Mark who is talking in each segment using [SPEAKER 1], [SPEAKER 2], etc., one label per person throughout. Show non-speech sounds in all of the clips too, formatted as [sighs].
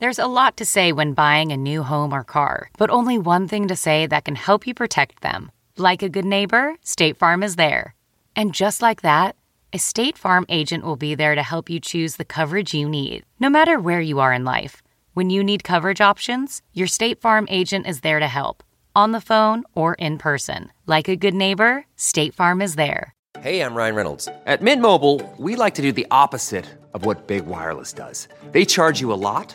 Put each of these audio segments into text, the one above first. [SPEAKER 1] There's a lot to say when buying a new home or car, but only one thing to say that can help you protect them. Like a good neighbor, State Farm is there. And just like that, a State Farm agent will be there to help you choose the coverage you need, no matter where you are in life. When you need coverage options, your State Farm agent is there to help, on the phone or in person. Like a good neighbor, State Farm is there.
[SPEAKER 2] Hey, I'm Ryan Reynolds. At Mint Mobile, we like to do the opposite of what Big Wireless does. They charge you a lot,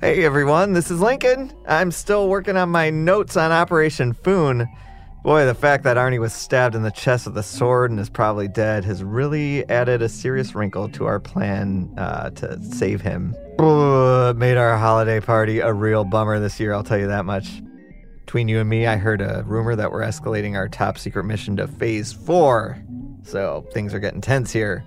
[SPEAKER 3] Hey everyone, this is Lincoln. I'm still working on my notes on Operation Foon. Boy, the fact that Arnie was stabbed in the chest with a sword and is probably dead has really added a serious wrinkle to our plan uh, to save him. Ugh, made our holiday party a real bummer this year, I'll tell you that much. Between you and me, I heard a rumor that we're escalating our top secret mission to phase four. So things are getting tense here.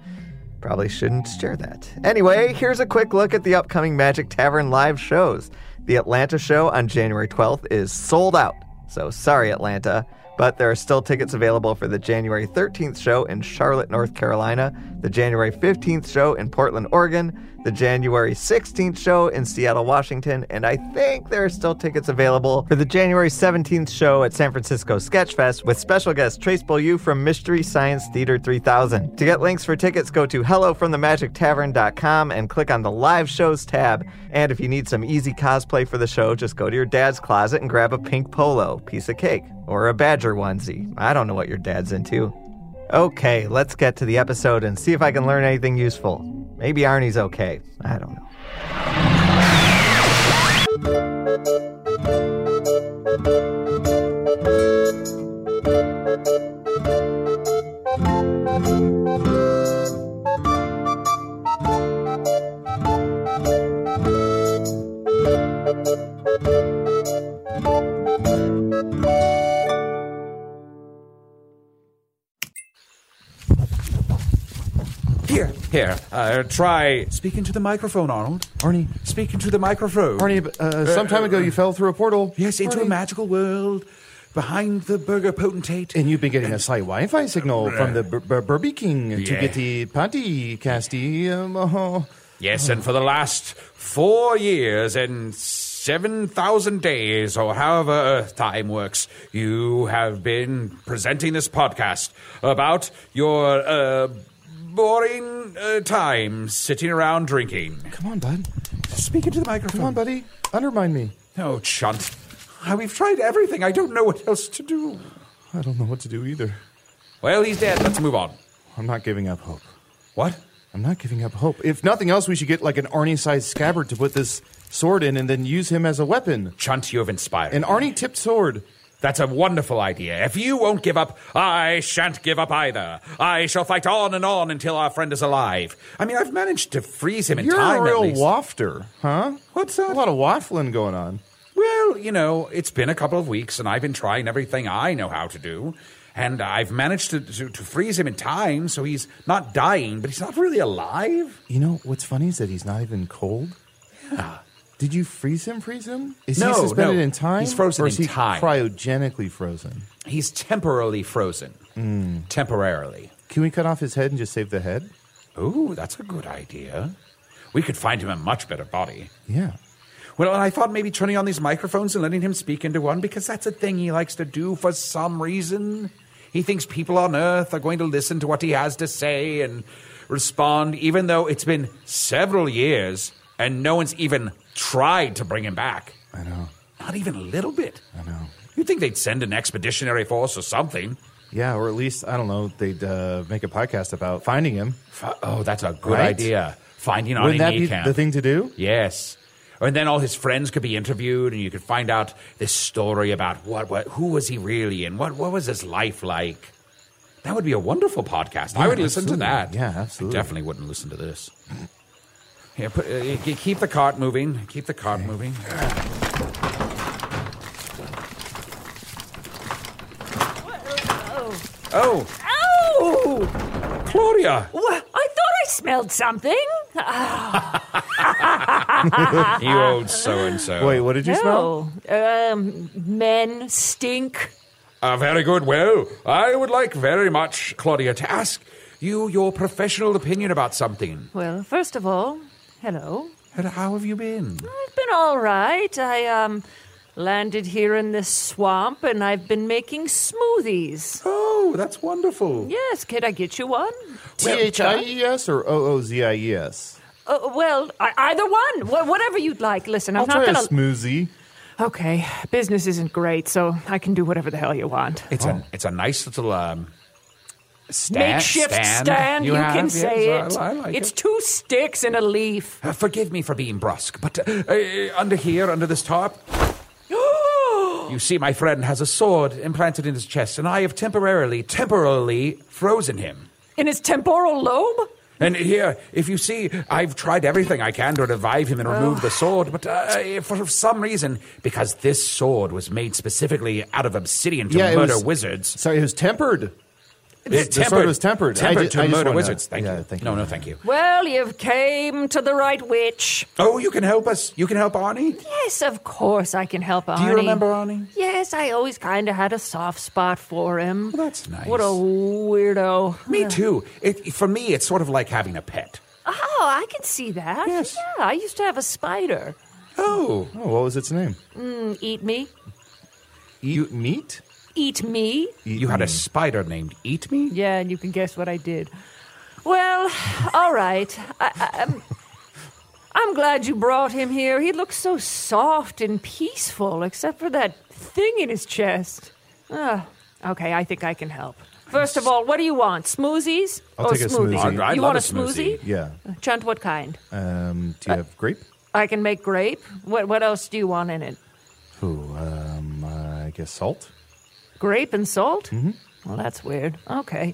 [SPEAKER 3] Probably shouldn't share that. Anyway, here's a quick look at the upcoming Magic Tavern live shows. The Atlanta show on January 12th is sold out. So sorry, Atlanta. But there are still tickets available for the January 13th show in Charlotte, North Carolina, the January 15th show in Portland, Oregon, the January 16th show in Seattle, Washington, and I think there are still tickets available for the January 17th show at San Francisco Sketchfest with special guest Trace Beaulieu from Mystery Science Theater 3000. To get links for tickets, go to hellofromthemagictavern.com and click on the live shows tab. And if you need some easy cosplay for the show, just go to your dad's closet and grab a pink polo, piece of cake, or a badger onesie. I don't know what your dad's into. Okay, let's get to the episode and see if I can learn anything useful. Maybe Arnie's okay. I don't know.
[SPEAKER 4] Here,
[SPEAKER 5] Here, uh, try.
[SPEAKER 4] speak into the microphone, Arnold.
[SPEAKER 5] Arnie.
[SPEAKER 4] Speak into the microphone.
[SPEAKER 6] Arnie, but, uh, some time ago you fell through a portal.
[SPEAKER 4] Yes, into a
[SPEAKER 6] Arnie.
[SPEAKER 4] magical world behind the burger
[SPEAKER 5] Uh,
[SPEAKER 4] potentate.
[SPEAKER 6] And you've been getting a slight Wi-Fi signal from the Bur- Bur- Burby King to
[SPEAKER 5] Yeah.
[SPEAKER 6] get the Panty Casty. Um, oh.
[SPEAKER 5] Yes, and for the last four years and 7,000 days, or however Earth time works, you have been presenting this podcast about your uh, boring uh, time sitting around drinking.
[SPEAKER 6] Come on, bud.
[SPEAKER 4] speak into the microphone.
[SPEAKER 6] Come on, buddy. Undermine me.
[SPEAKER 5] Oh, chunt. Ah, We've tried everything. I don't know what else to do.
[SPEAKER 6] I don't know what to do either.
[SPEAKER 5] Well, he's dead. Let's move on.
[SPEAKER 6] I'm not giving up hope.
[SPEAKER 5] What?
[SPEAKER 6] I'm not giving up hope. If nothing else, we should get like an Arnie-sized scabbard to put this sword in, and then use him as a weapon.
[SPEAKER 5] Chunt, you have inspired.
[SPEAKER 6] An
[SPEAKER 5] me.
[SPEAKER 6] Arnie-tipped sword.
[SPEAKER 5] That's a wonderful idea. If you won't give up, I shan't give up either. I shall fight on and on until our friend is alive. I mean, I've managed to freeze him in
[SPEAKER 6] You're
[SPEAKER 5] time.
[SPEAKER 6] a
[SPEAKER 5] at
[SPEAKER 6] real
[SPEAKER 5] least.
[SPEAKER 6] wafter, huh?
[SPEAKER 5] What's
[SPEAKER 6] A
[SPEAKER 5] that?
[SPEAKER 6] lot of waffling going on.
[SPEAKER 5] Well, you know, it's been a couple of weeks, and I've been trying everything I know how to do. And I've managed to, to, to freeze him in time, so he's not dying, but he's not really alive.
[SPEAKER 6] You know what's funny is that he's not even cold. Ah.
[SPEAKER 5] Yeah.
[SPEAKER 6] Did you freeze him? Freeze him? Is
[SPEAKER 5] No,
[SPEAKER 6] he suspended
[SPEAKER 5] no.
[SPEAKER 6] in time?
[SPEAKER 5] He's frozen
[SPEAKER 6] or is
[SPEAKER 5] in
[SPEAKER 6] he
[SPEAKER 5] time.
[SPEAKER 6] Cryogenically frozen.
[SPEAKER 5] He's temporarily frozen.
[SPEAKER 6] Hmm.
[SPEAKER 5] Temporarily.
[SPEAKER 6] Can we cut off his head and just save the head?
[SPEAKER 5] Ooh, that's a good idea. We could find him a much better body.
[SPEAKER 6] Yeah.
[SPEAKER 5] Well, and I thought maybe turning on these microphones and letting him speak into one because that's a thing he likes to do for some reason. He thinks people on Earth are going to listen to what he has to say and respond, even though it's been several years and no one's even tried to bring him back.
[SPEAKER 6] I know.
[SPEAKER 5] Not even a little bit.
[SPEAKER 6] I know.
[SPEAKER 5] You'd think they'd send an expeditionary force or something.
[SPEAKER 6] Yeah, or at least I don't know. They'd uh, make a podcast about finding him.
[SPEAKER 5] F- Oh, that's a good
[SPEAKER 6] Right?
[SPEAKER 5] idea. Finding Arnie
[SPEAKER 6] Wouldn't that be
[SPEAKER 5] Niekamp.
[SPEAKER 6] the thing to do?
[SPEAKER 5] Yes. And then all his friends could be interviewed, and you could find out this story about what, what who was he really, and what, what was his life like. That would be a wonderful podcast. I
[SPEAKER 6] Yeah,
[SPEAKER 5] would listen to that.
[SPEAKER 6] absolutely. Yeah, absolutely.
[SPEAKER 5] I definitely wouldn't listen to this. Yeah, put, uh, keep the cart moving. Keep the cart moving. Oh,
[SPEAKER 7] Oh!
[SPEAKER 5] Claudia!
[SPEAKER 7] Well, I thought I smelled something.
[SPEAKER 5] You old so and so.
[SPEAKER 6] Wait, what did you smell?
[SPEAKER 7] no. Um, men stink.
[SPEAKER 5] Uh, very good. Well, I would like very much, Claudia, to ask you your professional opinion about something.
[SPEAKER 7] Well, first of all, hello.
[SPEAKER 5] And how have you been?
[SPEAKER 7] I've been all right. I um landed here in this swamp and I've been making smoothies.
[SPEAKER 5] Oh, that's wonderful.
[SPEAKER 7] Yes, could I get you one?
[SPEAKER 6] T H I E S or O O Z I E S?
[SPEAKER 7] Uh, well, I, either one. Wha- whatever you'd like. Listen, I'm
[SPEAKER 6] I'll
[SPEAKER 7] not
[SPEAKER 6] try a
[SPEAKER 7] going to
[SPEAKER 6] smoothie.
[SPEAKER 7] Okay, business isn't great, so I can do whatever the hell you want.
[SPEAKER 5] It's a it's a nice little um, sta-
[SPEAKER 7] Makeshift stand, you,
[SPEAKER 5] have,
[SPEAKER 7] can
[SPEAKER 5] yes,
[SPEAKER 7] say
[SPEAKER 5] I-
[SPEAKER 7] it.
[SPEAKER 5] I like
[SPEAKER 7] it's
[SPEAKER 5] it.
[SPEAKER 7] two sticks and a leaf.
[SPEAKER 5] Uh, forgive me for being brusque, but uh, uh, under here, under this
[SPEAKER 7] [gasps]
[SPEAKER 5] tarp, you see, my friend has a sword implanted in his chest, and I have temporarily, temporarily frozen him.
[SPEAKER 7] in his temporal lobe?
[SPEAKER 5] And here, if you see, I've tried everything I can to revive him and remove the sword, but uh, for some reason, because this sword was made specifically out of obsidian to
[SPEAKER 6] it
[SPEAKER 5] murder
[SPEAKER 6] was-
[SPEAKER 5] wizards,
[SPEAKER 6] Sorry, it was tempered.
[SPEAKER 5] it
[SPEAKER 6] the sword was tempered. I
[SPEAKER 5] tempered
[SPEAKER 6] ju-
[SPEAKER 5] to
[SPEAKER 6] I just
[SPEAKER 5] murder
[SPEAKER 6] wanna-
[SPEAKER 5] wizards. Thank
[SPEAKER 6] yeah,
[SPEAKER 5] you.
[SPEAKER 6] thank
[SPEAKER 5] no,
[SPEAKER 6] you.
[SPEAKER 5] no, thank you.
[SPEAKER 7] Well, you've came to the right witch.
[SPEAKER 5] Oh, you can help us. You can help Arnie.
[SPEAKER 7] Yes, of course I can help Arnie.
[SPEAKER 5] Do you remember Arnie?
[SPEAKER 7] Yes, I always kind of had a soft spot for him.
[SPEAKER 5] Well, that's nice.
[SPEAKER 7] What a weirdo.
[SPEAKER 5] Me too. It, for me, it's sort of like having a pet.
[SPEAKER 7] Oh, I can see that.
[SPEAKER 5] Yes.
[SPEAKER 7] Yeah, I used to have a spider.
[SPEAKER 5] Oh,
[SPEAKER 6] Oh, what was its name?
[SPEAKER 7] Eat me.
[SPEAKER 6] Eat meat?
[SPEAKER 7] Eat me.
[SPEAKER 5] you had a spider named Eat Me.
[SPEAKER 7] Yeah, and you can guess what I did. Well, all right. I, I, I'm, I'm glad you brought him here. He looks so soft and peaceful, except for that thing in his chest. Ah, okay, I think I can help. First of all, what do you want? Smoothies
[SPEAKER 6] I'll
[SPEAKER 7] or
[SPEAKER 6] take a
[SPEAKER 7] smoothies?
[SPEAKER 6] smoothie.
[SPEAKER 5] I'd- I'd
[SPEAKER 7] you
[SPEAKER 5] love
[SPEAKER 7] want
[SPEAKER 5] a
[SPEAKER 7] a smoothie?
[SPEAKER 6] Yeah.
[SPEAKER 7] Chunt, what kind?
[SPEAKER 6] Um, do you have grape?
[SPEAKER 7] I can make grape. What what else do you want in it?
[SPEAKER 6] Ooh, um, uh, I guess salt.
[SPEAKER 7] Grape and salt? Mm-hmm. Well, that's weird. Okay.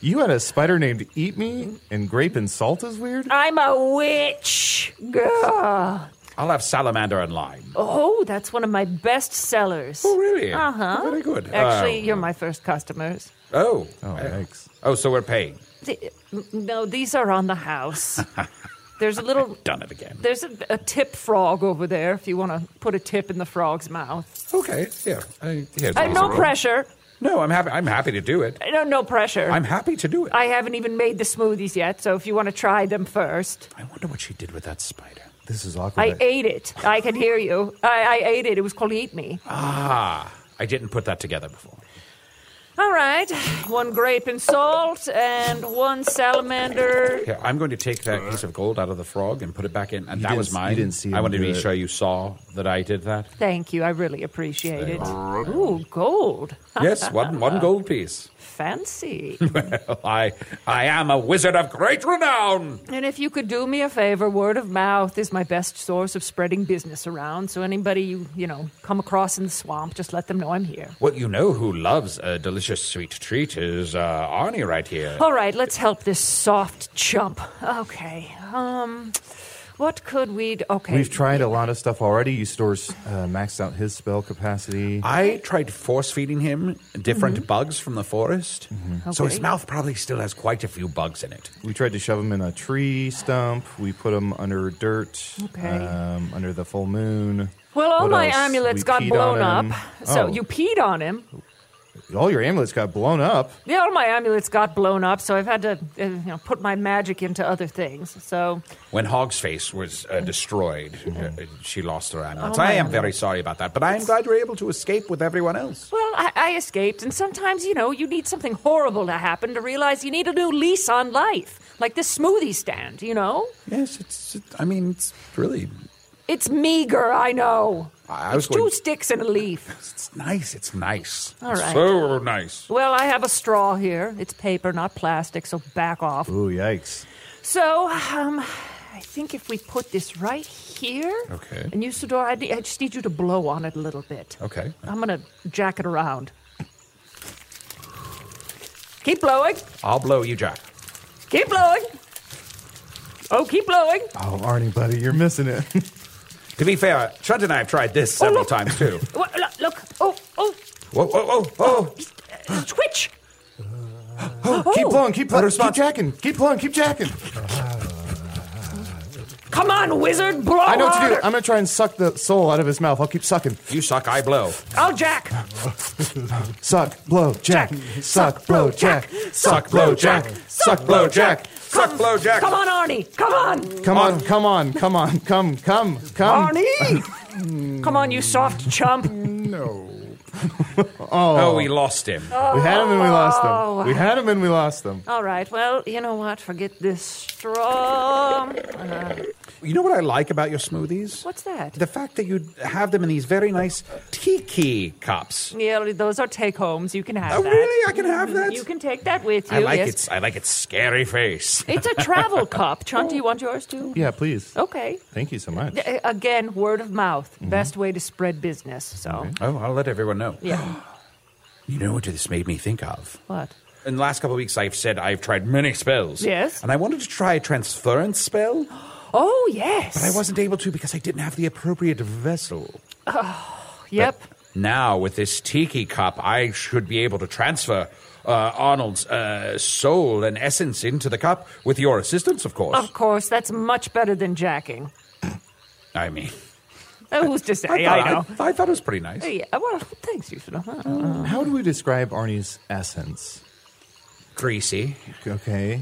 [SPEAKER 6] You had a spider named Eat Me, and grape and salt is weird?
[SPEAKER 7] I'm a witch. Gah.
[SPEAKER 5] I'll have salamander and lime.
[SPEAKER 7] Oh, that's one of my best sellers.
[SPEAKER 5] Oh, really?
[SPEAKER 7] Uh huh.
[SPEAKER 5] Very good.
[SPEAKER 7] Actually,
[SPEAKER 5] Uh,
[SPEAKER 7] you're my first customers.
[SPEAKER 5] oh,
[SPEAKER 6] Oh, yikes.
[SPEAKER 5] oh, so we're paying.
[SPEAKER 7] Th- No, these are on the
[SPEAKER 5] [laughs]
[SPEAKER 7] house. There's a little.
[SPEAKER 5] Done it again.
[SPEAKER 7] There's a, a tip frog over there. If you want to put a tip in the frog's mouth,
[SPEAKER 5] Okay, here. I, here's
[SPEAKER 7] uh,
[SPEAKER 5] these
[SPEAKER 7] no
[SPEAKER 5] are-
[SPEAKER 7] pressure.
[SPEAKER 5] No, I'm happy. I'm happy to do it.
[SPEAKER 7] No, no pressure.
[SPEAKER 5] I'm happy to do it.
[SPEAKER 7] I haven't even made the smoothies yet, so if you want to try them first,
[SPEAKER 5] I wonder what she did with that spider.
[SPEAKER 6] This is awkward.
[SPEAKER 7] I ate it. I can hear you. I, I ate it. It was called eat me.
[SPEAKER 5] Ah, I didn't put that together before.
[SPEAKER 7] All right, one grape and salt, and one salamander.
[SPEAKER 5] Here, I'm going to take that piece of gold out of the frog and put it back in, and that
[SPEAKER 6] didn't-
[SPEAKER 5] was
[SPEAKER 6] you
[SPEAKER 5] mine.
[SPEAKER 6] didn't see
[SPEAKER 5] I
[SPEAKER 6] him
[SPEAKER 5] wanted to
[SPEAKER 6] do
[SPEAKER 5] be
[SPEAKER 6] it.
[SPEAKER 5] sure you saw that I did that.
[SPEAKER 7] Thank you. I really appreciate it. Ooh, gold.
[SPEAKER 5] Yes, one one gold piece. [laughs]
[SPEAKER 6] [laughs]
[SPEAKER 7] Fancy.
[SPEAKER 5] I I am a wizard of great renown.
[SPEAKER 7] and if you could do me a favor, word of mouth is my best source of spreading business around. So anybody you, you know, come across in the swamp, just let them know I'm here.
[SPEAKER 5] What you know who loves a delicious sweet treat is uh, Arnie right here.
[SPEAKER 7] All right, let's help this soft chump. Okay. Um what could we d- okay.
[SPEAKER 6] We've tried a lot of stuff already. You stores uh, maxed out his spell capacity.
[SPEAKER 5] I tried force feeding him different bugs from the forest, so his
[SPEAKER 7] Mm-hmm. Okay.
[SPEAKER 5] mouth probably still has quite a few bugs in it.
[SPEAKER 6] We tried to shove him in a tree stump. We put him under dirt.
[SPEAKER 7] Okay.
[SPEAKER 6] Um, under the full moon.
[SPEAKER 7] well, all
[SPEAKER 6] What
[SPEAKER 7] my
[SPEAKER 6] else?
[SPEAKER 7] amulets
[SPEAKER 6] We
[SPEAKER 7] got
[SPEAKER 6] peed
[SPEAKER 7] blown
[SPEAKER 6] on
[SPEAKER 7] up.
[SPEAKER 6] him.
[SPEAKER 7] So
[SPEAKER 6] Oh,
[SPEAKER 7] you peed on him.
[SPEAKER 6] all your amulets got blown up.
[SPEAKER 7] Yeah, all my amulets got blown up, so I've had to uh, you know, put my magic into other things. So
[SPEAKER 5] When Hog's Face was uh, destroyed, uh, she lost her amulets.
[SPEAKER 7] Oh, my
[SPEAKER 5] I am
[SPEAKER 7] God.
[SPEAKER 5] very sorry about that, but I am glad you were able to escape with everyone else.
[SPEAKER 7] Well, I, I escaped, and sometimes, you know, you need something horrible to happen to realize you need a new lease on life. Like this smoothie stand, you know?
[SPEAKER 5] Yes, it's. It, I mean, it's really.
[SPEAKER 7] It's meager, I know.
[SPEAKER 5] I- I was
[SPEAKER 7] it's two
[SPEAKER 5] going-
[SPEAKER 7] sticks and a leaf.
[SPEAKER 5] It's nice. It's nice.
[SPEAKER 7] All right.
[SPEAKER 5] So nice.
[SPEAKER 7] Well, I have a straw here. It's paper, not plastic, so back off.
[SPEAKER 6] Ooh, yikes.
[SPEAKER 7] So, um, I think if we put this right here.
[SPEAKER 5] Okay.
[SPEAKER 7] And you, Sudor, I, I just need you to blow on it a little bit.
[SPEAKER 5] Okay.
[SPEAKER 7] I'm going to jack it around. Keep blowing.
[SPEAKER 5] I'll blow you, Jack.
[SPEAKER 7] Keep blowing. Oh, keep blowing.
[SPEAKER 6] Oh, Arnie, buddy, you're missing it.
[SPEAKER 5] To be fair, Trent and I have tried this several [laughs]
[SPEAKER 7] look.
[SPEAKER 5] times too.
[SPEAKER 7] Wha- look, look. Oh, oh,
[SPEAKER 5] [gasps] Whoa, whoa, whoa, whoa.
[SPEAKER 7] twitch.
[SPEAKER 5] Oh,
[SPEAKER 7] Oh,
[SPEAKER 6] Keep blowing, keep blowing, keep
[SPEAKER 5] response.
[SPEAKER 6] jacking, keep blowing, keep jacking.
[SPEAKER 7] Come on, wizard, blow
[SPEAKER 6] I know what to do.
[SPEAKER 7] harder.
[SPEAKER 6] I'm gonna try and suck the soul out of his mouth. I'll keep sucking.
[SPEAKER 5] You suck, I blow.
[SPEAKER 7] Oh, Jack.
[SPEAKER 6] Suck, blow, jack. Suck, blow, jack. Suck, blow, jack. Suck, blow, jack.
[SPEAKER 5] Suck, blow, Jack.
[SPEAKER 7] Come on, Arnie. Come on.
[SPEAKER 6] Come on, come on, come on, come, come, come.
[SPEAKER 7] Arnie. Come on, you soft chump.
[SPEAKER 5] [laughs] Oh, we lost him.
[SPEAKER 6] We had him and we lost them. We had him and we lost them.
[SPEAKER 7] All right. Well, you know what? Forget this straw. Uh,
[SPEAKER 5] You know what I like about your smoothies?
[SPEAKER 7] what's that?
[SPEAKER 5] The fact that you have them in these very nice tiki cups.
[SPEAKER 7] yeah, those are take homes. You can have
[SPEAKER 5] Oh,
[SPEAKER 7] that.
[SPEAKER 5] really? I can have that?
[SPEAKER 7] You can take that with you.
[SPEAKER 5] I like
[SPEAKER 7] yes.
[SPEAKER 5] its I like its scary face.
[SPEAKER 7] It's
[SPEAKER 5] [laughs]
[SPEAKER 7] a travel cup. Chunt, do you want yours too?
[SPEAKER 6] Yeah, please.
[SPEAKER 7] Okay.
[SPEAKER 6] Thank you so much.
[SPEAKER 7] Uh, [laughs] Again, word of mouth.
[SPEAKER 5] Mm-hmm.
[SPEAKER 7] Best way to spread business. So,
[SPEAKER 5] Oh, I'll let everyone know.
[SPEAKER 7] yeah.
[SPEAKER 5] [gasps] You know what this made me think of?
[SPEAKER 7] what?
[SPEAKER 5] In the last couple of weeks, I've said I've tried many spells.
[SPEAKER 7] Yes.
[SPEAKER 5] And I wanted to try a transference spell,
[SPEAKER 7] Oh, yes.
[SPEAKER 5] but I wasn't able to because I didn't have the appropriate vessel.
[SPEAKER 7] Yep.
[SPEAKER 5] Now, with this tiki cup, I should be able to transfer uh, Arnold's uh, soul and essence into the cup with your assistance, of course.
[SPEAKER 7] Of course, that's much better than jacking.
[SPEAKER 5] I mean,
[SPEAKER 7] Uh, who's to say?
[SPEAKER 5] thought,
[SPEAKER 7] Oh. I, know.
[SPEAKER 5] [laughs] I, thought it was pretty nice.
[SPEAKER 7] [laughs] yeah, well, thanks, you. uh-huh.
[SPEAKER 6] Um, How do we describe Arnie's essence?
[SPEAKER 5] Greasy,
[SPEAKER 6] Okay.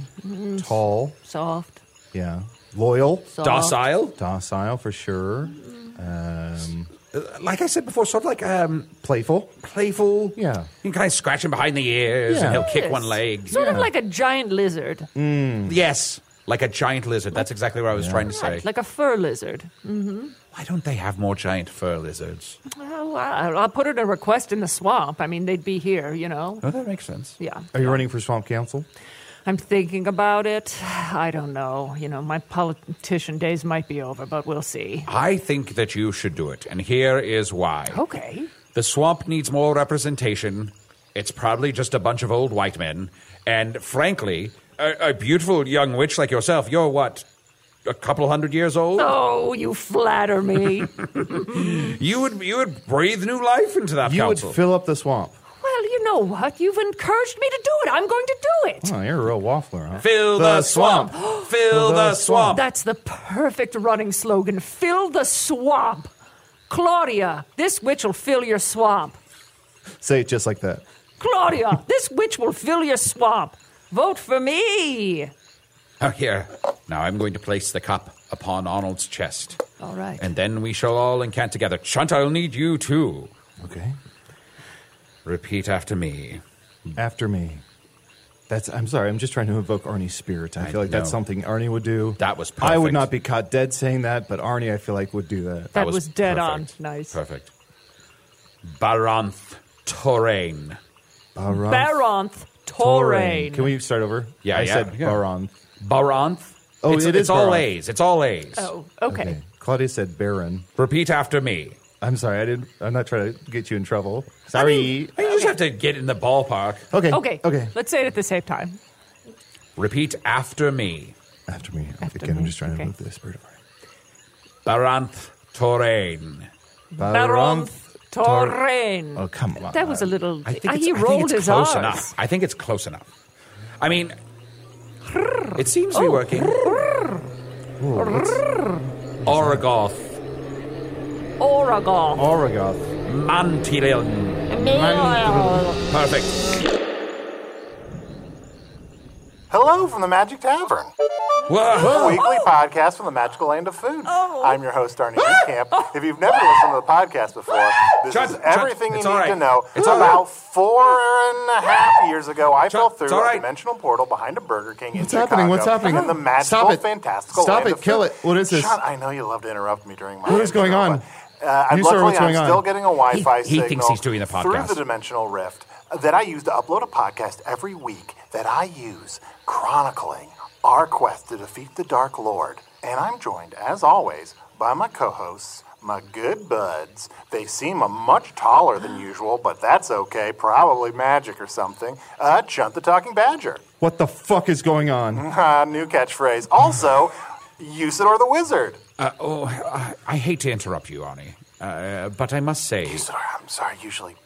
[SPEAKER 6] Tall.
[SPEAKER 7] Soft.
[SPEAKER 6] Yeah. Loyal.
[SPEAKER 7] soft.
[SPEAKER 5] docile,
[SPEAKER 6] Docile for sure. Um,
[SPEAKER 5] like I said before, sort of like um,
[SPEAKER 6] playful.
[SPEAKER 5] playful.
[SPEAKER 6] Yeah.
[SPEAKER 5] You can kind of scratch him behind the ears
[SPEAKER 6] Yeah.
[SPEAKER 5] and he'll kick
[SPEAKER 7] Yes.
[SPEAKER 5] one leg. Mm.
[SPEAKER 7] Sort of like a giant lizard.
[SPEAKER 5] Yes. Like a giant lizard. That's exactly what I was trying to say.
[SPEAKER 7] Like a fur lizard.
[SPEAKER 5] Why don't they have more giant fur lizards?
[SPEAKER 7] Oh, I, I'll put in a request in the swamp. I mean, they'd be here, you know?
[SPEAKER 5] Oh, that makes sense.
[SPEAKER 7] Yeah.
[SPEAKER 6] Are you running for Swamp Council?
[SPEAKER 7] I'm thinking about it. [sighs] I don't know. You know, my politician days might be over, but we'll see.
[SPEAKER 5] I think that you should do it, and here is why.
[SPEAKER 7] Okay.
[SPEAKER 5] The swamp needs more representation. It's probably just a bunch of old white men. And frankly, a, a beautiful young witch like yourself, you're what? A couple hundred years old?
[SPEAKER 7] Oh, you flatter
[SPEAKER 5] [laughs]
[SPEAKER 7] me.
[SPEAKER 5] You would you would breathe new life into that
[SPEAKER 6] You
[SPEAKER 5] council.
[SPEAKER 6] would fill up the swamp.
[SPEAKER 7] well, you know what? You've encouraged me to do it. I'm going to do it.
[SPEAKER 6] Oh, you're a real waffler, huh?
[SPEAKER 5] Fill the, swamp. [gasps] Fill the swamp.
[SPEAKER 7] That's the perfect running slogan. Fill the swamp. Claudia, this witch will fill your swamp.
[SPEAKER 6] [gasps] Say it just like that.
[SPEAKER 5] [laughs]
[SPEAKER 7] Claudia, this witch will fill your swamp. Vote for me.
[SPEAKER 5] Oh, here. Now I'm going to place the cup upon Arnold's chest.
[SPEAKER 7] All right.
[SPEAKER 5] And then we shall all encant together. Chunt, I'll need you too.
[SPEAKER 6] Okay.
[SPEAKER 5] Repeat after me.
[SPEAKER 6] After me. That's. I'm sorry. I'm just trying to evoke Arnie's spirit. I feel like that's
[SPEAKER 5] know.
[SPEAKER 6] something Arnie would do.
[SPEAKER 5] That was
[SPEAKER 6] I would
[SPEAKER 5] perfect.
[SPEAKER 6] not be caught dead saying that, but Arnie, I feel like would do that.
[SPEAKER 7] that was, dead
[SPEAKER 5] perfect.
[SPEAKER 7] on. Nice.
[SPEAKER 5] Perfect. Baranth Torain.
[SPEAKER 6] Baron.
[SPEAKER 7] Baronth Toraine.
[SPEAKER 6] Can we start over?
[SPEAKER 5] Yeah,
[SPEAKER 6] I
[SPEAKER 5] yeah,
[SPEAKER 6] said
[SPEAKER 5] yeah.
[SPEAKER 6] Baron.
[SPEAKER 5] Baranth?
[SPEAKER 6] Oh,
[SPEAKER 5] it's,
[SPEAKER 6] it
[SPEAKER 5] it's
[SPEAKER 6] is
[SPEAKER 5] all
[SPEAKER 6] Baranth.
[SPEAKER 5] A's. It's all A's.
[SPEAKER 7] Oh, okay.
[SPEAKER 6] Claudia said Baron.
[SPEAKER 5] Repeat after me.
[SPEAKER 6] I'm sorry. I didn't. I'm not trying to get you in trouble. Sorry.
[SPEAKER 5] You just have to get in the ballpark.
[SPEAKER 6] okay.
[SPEAKER 7] Okay.
[SPEAKER 6] Okay.
[SPEAKER 7] Let's say it at the same time.
[SPEAKER 5] Repeat after me.
[SPEAKER 6] After me.
[SPEAKER 7] After
[SPEAKER 6] Again,
[SPEAKER 7] me,
[SPEAKER 6] I'm just trying
[SPEAKER 7] okay.
[SPEAKER 6] to move the spirit away.
[SPEAKER 5] Baranth Torain.
[SPEAKER 7] Baronth Toraine.
[SPEAKER 6] Oh, come on.
[SPEAKER 7] That was a little.
[SPEAKER 5] I think
[SPEAKER 7] uh,
[SPEAKER 5] it's-
[SPEAKER 7] he
[SPEAKER 5] I think
[SPEAKER 7] rolled
[SPEAKER 5] it's
[SPEAKER 7] his
[SPEAKER 5] close
[SPEAKER 7] R's.
[SPEAKER 5] enough. I think it's close enough. I mean, it seems to
[SPEAKER 7] Oh.
[SPEAKER 5] be working.
[SPEAKER 7] [laughs]
[SPEAKER 5] Orgoth,
[SPEAKER 7] Oragon.
[SPEAKER 6] Oregoth.
[SPEAKER 5] Mantillion. Perfect.
[SPEAKER 8] Hello from the Magic Tavern,
[SPEAKER 5] Whoa.
[SPEAKER 8] a weekly podcast from the magical land of food.
[SPEAKER 5] Oh.
[SPEAKER 8] I'm your host, Arnie Camp.
[SPEAKER 5] [laughs]
[SPEAKER 8] If you've never listened to the podcast before, this
[SPEAKER 5] Chuck,
[SPEAKER 8] is
[SPEAKER 5] Chuck,
[SPEAKER 8] everything
[SPEAKER 5] it's
[SPEAKER 8] you
[SPEAKER 5] all
[SPEAKER 8] need
[SPEAKER 5] right.
[SPEAKER 8] to know.
[SPEAKER 5] It's all
[SPEAKER 8] About
[SPEAKER 5] right.
[SPEAKER 8] four and a half years ago, I
[SPEAKER 5] Chuck,
[SPEAKER 8] fell
[SPEAKER 5] it's
[SPEAKER 8] through
[SPEAKER 5] all
[SPEAKER 8] a
[SPEAKER 5] right.
[SPEAKER 8] dimensional portal behind a Burger King
[SPEAKER 6] What's
[SPEAKER 8] in Chicago.
[SPEAKER 6] happening? What's happening?
[SPEAKER 8] In the magical,
[SPEAKER 6] Stop it.
[SPEAKER 8] fantastical
[SPEAKER 6] Stop
[SPEAKER 8] land
[SPEAKER 6] it.
[SPEAKER 8] of
[SPEAKER 6] Kill
[SPEAKER 8] food.
[SPEAKER 6] it. What is this?
[SPEAKER 8] Chuck, I know you love to interrupt me during my
[SPEAKER 6] What is
[SPEAKER 8] intro,
[SPEAKER 6] going on?
[SPEAKER 8] but, Uh,
[SPEAKER 6] You, sir,
[SPEAKER 8] I'm luckily,
[SPEAKER 6] what's going
[SPEAKER 8] I'm
[SPEAKER 6] on?
[SPEAKER 8] still getting a Wi-Fi
[SPEAKER 5] He- he
[SPEAKER 8] signal
[SPEAKER 5] thinks he's doing the
[SPEAKER 8] through
[SPEAKER 5] podcast.
[SPEAKER 8] the dimensional rift that I use to upload a podcast every week that I use chronicling our quest to defeat the Dark Lord. And I'm joined, as always, by my co hosts, my good buds. They seem uh, much taller than usual, but that's okay. Probably magic or something. Uh, Chunt the Talking Badger.
[SPEAKER 6] What the fuck is going on?
[SPEAKER 8] Uh, new catchphrase. Also, Usador the Wizard.
[SPEAKER 5] Uh, oh, I, I hate to interrupt you, Arnie, uh, but I must say,
[SPEAKER 8] Usador, I'm sorry, usually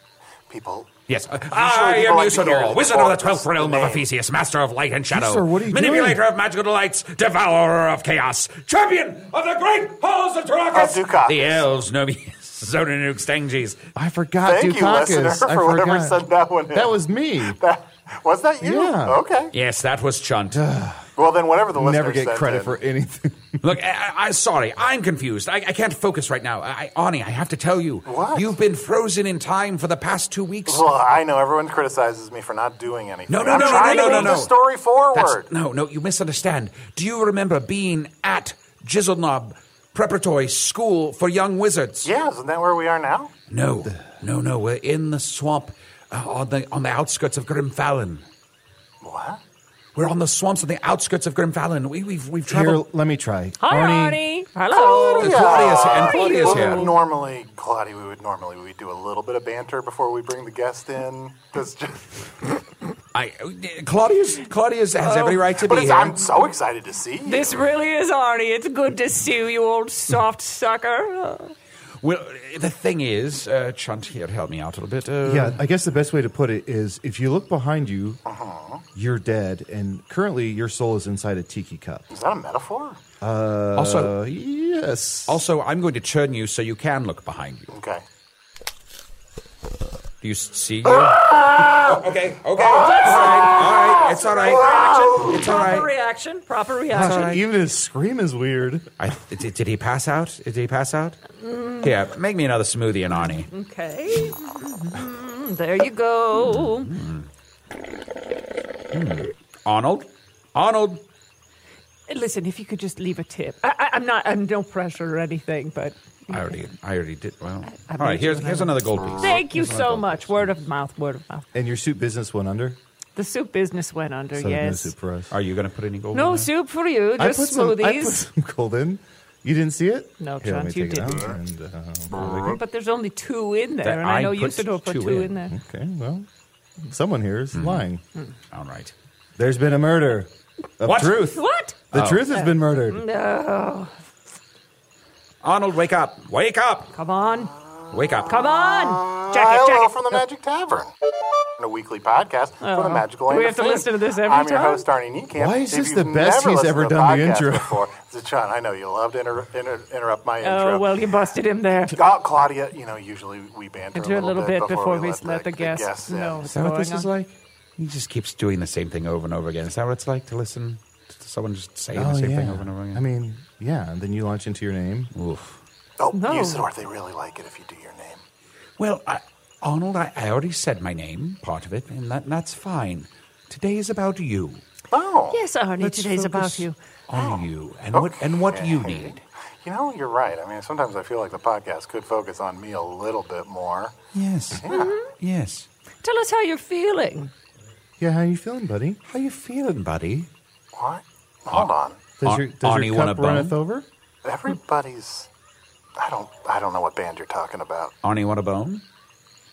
[SPEAKER 8] people. Ah,
[SPEAKER 5] Yes, uh,
[SPEAKER 8] Usually
[SPEAKER 5] I
[SPEAKER 8] people
[SPEAKER 5] am
[SPEAKER 8] like to hear
[SPEAKER 5] Usador,
[SPEAKER 8] the
[SPEAKER 5] wizard of the
[SPEAKER 8] forest,
[SPEAKER 5] twelfth
[SPEAKER 8] the
[SPEAKER 5] realm of
[SPEAKER 8] name.
[SPEAKER 5] Ephesius, master of light and shadow,
[SPEAKER 6] Usador, what are you
[SPEAKER 5] manipulator
[SPEAKER 6] doing?
[SPEAKER 5] of magical delights, devourer of chaos, champion of the great halls of Drakus.
[SPEAKER 8] Of Dukakis.
[SPEAKER 5] The elves know me, Zonin Uxtanges.
[SPEAKER 6] I forgot
[SPEAKER 8] Thank you,
[SPEAKER 6] Dukakis.
[SPEAKER 8] listener,
[SPEAKER 6] I
[SPEAKER 8] for whatever
[SPEAKER 6] forgot.
[SPEAKER 8] sent that one in.
[SPEAKER 6] That was me.
[SPEAKER 8] Was that you?
[SPEAKER 6] Yeah.
[SPEAKER 8] Okay.
[SPEAKER 5] Yes, that was Chunt.
[SPEAKER 8] Well, then, whatever the listener
[SPEAKER 6] Never get
[SPEAKER 8] sends
[SPEAKER 6] credit
[SPEAKER 8] in.
[SPEAKER 6] for anything.
[SPEAKER 5] Look, I, I, I- sorry, I'm confused. I, I can't focus right now. I, I- Arnie, I have to tell you,
[SPEAKER 8] What?
[SPEAKER 5] you've been frozen in time for the past two weeks.
[SPEAKER 8] Well, I know everyone criticizes me for not doing anything.
[SPEAKER 5] No, no,
[SPEAKER 8] I'm
[SPEAKER 5] no, no,
[SPEAKER 8] trying
[SPEAKER 5] no,
[SPEAKER 8] to
[SPEAKER 5] no,
[SPEAKER 8] move
[SPEAKER 5] no, no.
[SPEAKER 8] the story
[SPEAKER 5] That's-
[SPEAKER 8] forward.
[SPEAKER 5] no, no, you misunderstand. Do you remember being at Jizzlenob Preparatory School for Young Wizards?
[SPEAKER 8] Yeah, isn't that where we are now?
[SPEAKER 5] No, no, no. We're in the swamp uh, on the on the outskirts of Grimfallon.
[SPEAKER 8] What?
[SPEAKER 5] We're on the swamps on the outskirts of Grimfallon. We, we've we've
[SPEAKER 6] Here,
[SPEAKER 5] traveled.
[SPEAKER 6] let me try.
[SPEAKER 7] Hi, Arnie. Hello.
[SPEAKER 5] Claudia. Claudia's here. And Claudia's
[SPEAKER 8] Well,
[SPEAKER 5] here.
[SPEAKER 8] Uh, Normally, Claudia, we would normally we do a little bit of banter before we bring the guest in. 'cause ju-
[SPEAKER 5] I, Claudia's Claudia's has every right to
[SPEAKER 8] Oh. but
[SPEAKER 5] be
[SPEAKER 8] it's,
[SPEAKER 5] here.
[SPEAKER 8] I'm so excited to see you.
[SPEAKER 7] This really is Arnie. It's good to see you, you old soft sucker.
[SPEAKER 5] Well, the thing is, uh, Chunt here, help me out a little bit. Uh,
[SPEAKER 6] Yeah, I guess the best way to put it is if you look behind you,
[SPEAKER 8] Uh-huh.
[SPEAKER 6] you're dead, and currently your soul is inside a tiki cup.
[SPEAKER 8] Is that a metaphor?
[SPEAKER 5] Also,
[SPEAKER 6] Uh, yes.
[SPEAKER 5] also, I'm going to churn you so you can look behind you.
[SPEAKER 8] Okay.
[SPEAKER 5] Do you s- see? You? Oh,
[SPEAKER 7] Ah!
[SPEAKER 5] okay, okay. All
[SPEAKER 7] Oh,
[SPEAKER 5] right, all right. It's all right. It's all
[SPEAKER 7] Proper
[SPEAKER 5] right.
[SPEAKER 7] reaction. Proper
[SPEAKER 6] Gosh,
[SPEAKER 7] reaction.
[SPEAKER 6] Even his scream is weird.
[SPEAKER 5] I, did, did he pass out? Did he pass out? Here, make me another smoothie, and Arnie.
[SPEAKER 7] Okay. Mm, There you go.
[SPEAKER 5] Arnold? Arnold?
[SPEAKER 7] Listen, if you could just leave a tip. I, I, I'm not. I'm no pressure or anything, but
[SPEAKER 5] I already, I already did. Well,
[SPEAKER 7] I
[SPEAKER 5] all right.
[SPEAKER 7] made
[SPEAKER 5] Here's
[SPEAKER 7] you
[SPEAKER 5] here's another gold piece.
[SPEAKER 7] thank you
[SPEAKER 5] Here's another
[SPEAKER 7] so
[SPEAKER 5] gold
[SPEAKER 7] much.
[SPEAKER 5] piece.
[SPEAKER 7] Word of mouth. Word of mouth.
[SPEAKER 6] And your soup business went under.
[SPEAKER 7] The soup business went under.
[SPEAKER 6] So no
[SPEAKER 7] yes.
[SPEAKER 6] soup for us.
[SPEAKER 5] Are you going to put any gold?
[SPEAKER 7] No
[SPEAKER 5] in there?
[SPEAKER 7] soup for you.
[SPEAKER 6] I
[SPEAKER 7] Just
[SPEAKER 6] put some, I put
[SPEAKER 7] smoothies.
[SPEAKER 6] some gold in. You didn't see it?
[SPEAKER 7] No,
[SPEAKER 6] Here, let
[SPEAKER 7] Chance,
[SPEAKER 6] me
[SPEAKER 7] you
[SPEAKER 6] take it out and, uh,
[SPEAKER 7] but there's only two in there,
[SPEAKER 5] That
[SPEAKER 7] and I
[SPEAKER 5] I
[SPEAKER 7] know
[SPEAKER 5] put
[SPEAKER 7] Usador put
[SPEAKER 5] two
[SPEAKER 7] two in,
[SPEAKER 5] in.
[SPEAKER 7] there.
[SPEAKER 6] okay, well, someone here is lying.
[SPEAKER 5] All right.
[SPEAKER 6] There's been a murder. Of
[SPEAKER 5] What?
[SPEAKER 6] truth.
[SPEAKER 7] What?
[SPEAKER 6] The truth has been murdered.
[SPEAKER 5] Arnold, wake up! Wake up!
[SPEAKER 7] Come on.
[SPEAKER 5] Wake up!
[SPEAKER 7] Come on. Jack
[SPEAKER 8] Hi,
[SPEAKER 7] it,
[SPEAKER 8] Ah, hello
[SPEAKER 7] jack
[SPEAKER 8] from the Magic Tavern, a weekly podcast from the magical
[SPEAKER 7] Uh-huh. Do we
[SPEAKER 8] land
[SPEAKER 7] have
[SPEAKER 8] of
[SPEAKER 7] to
[SPEAKER 8] food.
[SPEAKER 7] listen to this every
[SPEAKER 8] I'm your
[SPEAKER 7] time?
[SPEAKER 8] host, Arnie Niekamp.
[SPEAKER 6] Why is
[SPEAKER 8] If
[SPEAKER 6] this
[SPEAKER 8] you've
[SPEAKER 6] the best
[SPEAKER 8] never
[SPEAKER 6] he's
[SPEAKER 8] listened
[SPEAKER 6] ever
[SPEAKER 8] to
[SPEAKER 6] done the
[SPEAKER 8] podcast
[SPEAKER 6] intro?
[SPEAKER 8] Before, so John, I know you love to inter- inter- interrupt my
[SPEAKER 7] Oh,
[SPEAKER 8] intro.
[SPEAKER 7] well, you busted him there.
[SPEAKER 8] Oh, Claudia, you know, usually we banter
[SPEAKER 7] Do a little bit before we let the guests
[SPEAKER 8] guests in.
[SPEAKER 7] know.
[SPEAKER 5] Is that what this
[SPEAKER 7] Going
[SPEAKER 5] is
[SPEAKER 7] on.
[SPEAKER 5] like? He just keeps doing the same thing over and over again. Is that what it's like to listen to someone just saying the
[SPEAKER 6] Oh,
[SPEAKER 5] same thing
[SPEAKER 6] yeah.
[SPEAKER 5] over and over again?
[SPEAKER 6] I mean, yeah. And then you launch into your name.
[SPEAKER 5] Oof.
[SPEAKER 8] Oh,
[SPEAKER 7] No.
[SPEAKER 8] Usador, they really like it if you do your name.
[SPEAKER 5] Well, I, Arnold, I, I already said my name, part of it, and that, that's fine. Today is about you.
[SPEAKER 8] Oh,
[SPEAKER 7] Yes, Arnie.
[SPEAKER 5] Let's
[SPEAKER 7] today's about
[SPEAKER 5] focus
[SPEAKER 7] you.
[SPEAKER 5] On you and what and what you need.
[SPEAKER 8] You know, you're right. I mean, sometimes I feel like the podcast could focus on me a little bit more.
[SPEAKER 5] Yes. Yes.
[SPEAKER 7] Tell us how you're feeling.
[SPEAKER 6] Yeah, how you feeling, buddy?
[SPEAKER 5] How you feeling, buddy?
[SPEAKER 8] What? Hold on.
[SPEAKER 6] Does
[SPEAKER 5] Ar-
[SPEAKER 6] your, does
[SPEAKER 5] Arnie
[SPEAKER 6] your
[SPEAKER 5] want
[SPEAKER 6] cup
[SPEAKER 5] a bone?
[SPEAKER 6] runneth over?
[SPEAKER 8] Everybody's. I don't. I don't know what band you're talking about.
[SPEAKER 5] Arnie want a bone?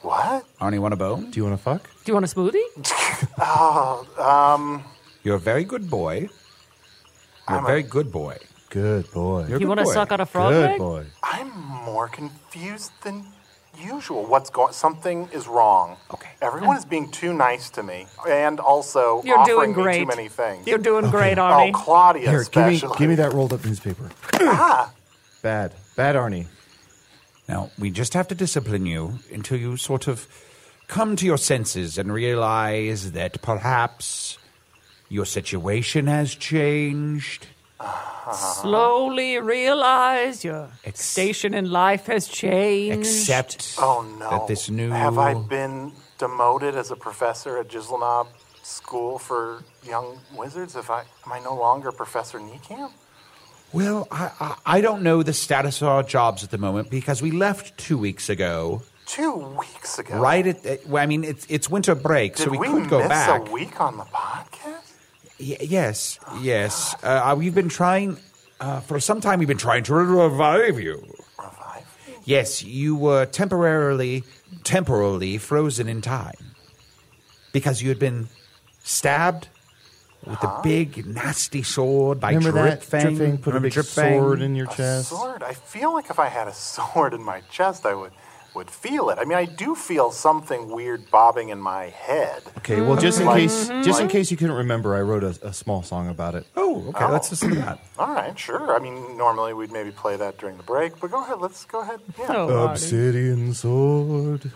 [SPEAKER 8] What?
[SPEAKER 5] Arnie want a bone?
[SPEAKER 6] Do you want to fuck?
[SPEAKER 7] Do you want a smoothie?
[SPEAKER 5] You're a very good boy. You're a very good boy.
[SPEAKER 6] Good boy.
[SPEAKER 5] You're a
[SPEAKER 7] You
[SPEAKER 5] good
[SPEAKER 7] want to
[SPEAKER 5] boy.
[SPEAKER 7] suck on a frog
[SPEAKER 6] Good
[SPEAKER 7] leg?
[SPEAKER 6] boy.
[SPEAKER 8] I'm more confused than usual. What's going? Something is wrong.
[SPEAKER 5] Okay.
[SPEAKER 8] Everyone is being too nice to me, and also
[SPEAKER 7] You're
[SPEAKER 8] offering
[SPEAKER 7] doing great.
[SPEAKER 8] me too many things.
[SPEAKER 7] You're doing great,
[SPEAKER 8] oh,
[SPEAKER 7] Arnie.
[SPEAKER 8] Claudia,
[SPEAKER 6] Here, give me,
[SPEAKER 8] especially.
[SPEAKER 6] give me that rolled up newspaper. Bad. Bad Arnie.
[SPEAKER 5] Now, we just have to discipline you until you sort of come to your senses and realize that perhaps your situation has changed.
[SPEAKER 7] Slowly realize your
[SPEAKER 5] Ex-
[SPEAKER 7] station in life has changed.
[SPEAKER 5] Except
[SPEAKER 8] Oh no!
[SPEAKER 5] that this new
[SPEAKER 8] Have I been demoted as a professor at Gislemob School for Young Wizards? If I am I no longer Professor Niekamp?
[SPEAKER 5] Well, I, I, I don't know the status of our jobs at the moment because we left two weeks ago.
[SPEAKER 8] Two weeks ago.
[SPEAKER 5] Right at, at well, I mean, it's it's winter break,
[SPEAKER 8] Did
[SPEAKER 5] so we,
[SPEAKER 8] we
[SPEAKER 5] could go
[SPEAKER 8] miss
[SPEAKER 5] back.
[SPEAKER 8] a week Oh, on the podcast?
[SPEAKER 5] Y- yes, yes. Uh, we've been trying uh, for some time. We've been trying to revive you.
[SPEAKER 8] Revive.
[SPEAKER 5] Yes, you were temporarily temporarily frozen in time because you had been stabbed with a big nasty sword by
[SPEAKER 6] Remember
[SPEAKER 5] Drip
[SPEAKER 6] that?
[SPEAKER 5] Fang.
[SPEAKER 6] Drip Fang put a
[SPEAKER 5] Remember
[SPEAKER 6] big
[SPEAKER 5] Drip Fang?
[SPEAKER 6] sword in your
[SPEAKER 8] A [laughs]
[SPEAKER 6] chest.
[SPEAKER 8] sword. I feel like if I had a sword in my chest, I would would feel it. I mean, I do feel something weird bobbing in my head.
[SPEAKER 6] Okay, well, just in
[SPEAKER 8] Like-
[SPEAKER 6] case, just in
[SPEAKER 8] like-
[SPEAKER 6] case you couldn't remember, I wrote a, a small song about it.
[SPEAKER 5] Oh, [clears throat] okay. Let's listen to that.
[SPEAKER 8] All right, sure. I mean, normally we'd maybe play that during the break, but go ahead. Let's go ahead. Yeah.
[SPEAKER 7] Oh, Artie.
[SPEAKER 6] Obsidian sword,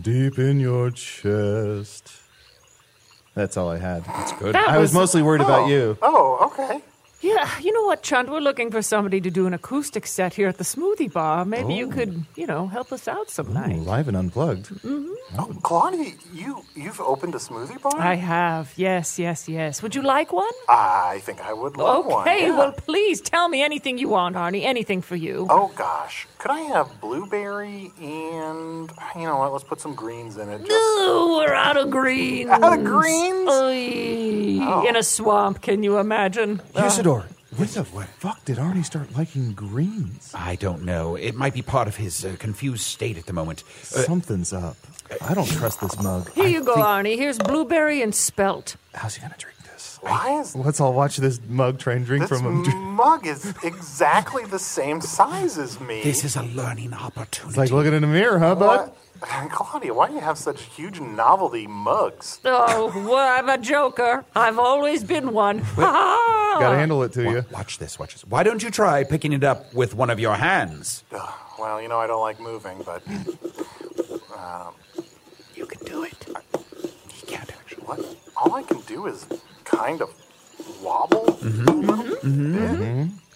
[SPEAKER 6] deep in your chest. That's all I had. That's good.
[SPEAKER 7] That
[SPEAKER 6] I was
[SPEAKER 7] was-
[SPEAKER 6] mostly worried about you.
[SPEAKER 8] Oh, okay.
[SPEAKER 7] Yeah, you know what, Chunt? We're looking for somebody to do an acoustic set here at the smoothie bar. Maybe
[SPEAKER 5] Oh.
[SPEAKER 7] you could, you know, help us out some
[SPEAKER 6] Ooh,
[SPEAKER 7] night.
[SPEAKER 6] live and unplugged.
[SPEAKER 8] Kalani, you you've opened a smoothie bar.
[SPEAKER 7] I have. Yes, yes, yes. Would you like one?
[SPEAKER 8] I think I would love
[SPEAKER 7] okay,
[SPEAKER 8] one. yeah.
[SPEAKER 7] well, please tell me anything you want, Arnie. Anything for you.
[SPEAKER 8] Oh gosh, could I have blueberry and you know what? Let's put some greens in it. Just
[SPEAKER 7] Ooh, we're out of greens.
[SPEAKER 8] out of greens.
[SPEAKER 7] Oy. In a swamp, can you imagine?
[SPEAKER 6] Usador, when the fuck did Arnie start liking greens?
[SPEAKER 5] I don't know. It might be part of his uh, confused state at the moment.
[SPEAKER 6] Something's up. I don't trust this mug.
[SPEAKER 7] Here you go, Arnie. Here's blueberry and spelt.
[SPEAKER 6] How's he gonna drink this?
[SPEAKER 8] Why is
[SPEAKER 6] Let's all watch this mug try and drink
[SPEAKER 8] this
[SPEAKER 6] from him.
[SPEAKER 8] mug is exactly the same size as me?
[SPEAKER 5] This is a learning opportunity.
[SPEAKER 6] It's [laughs] like looking in a mirror, huh, bud?
[SPEAKER 8] what? Claudia, why do you have such huge novelty mugs?
[SPEAKER 7] Oh, well, I'm a joker. I've always been one. [laughs]
[SPEAKER 6] Gotta handle it to
[SPEAKER 5] Wa-
[SPEAKER 6] you.
[SPEAKER 5] Watch this, watch this. Why don't you try picking it up with one of your hands?
[SPEAKER 8] Ugh, well, you know I don't like moving, but um,
[SPEAKER 7] You can do it.
[SPEAKER 5] He can't actually.
[SPEAKER 8] what? All I can do is kind of wobble.
[SPEAKER 7] Mm-hmm.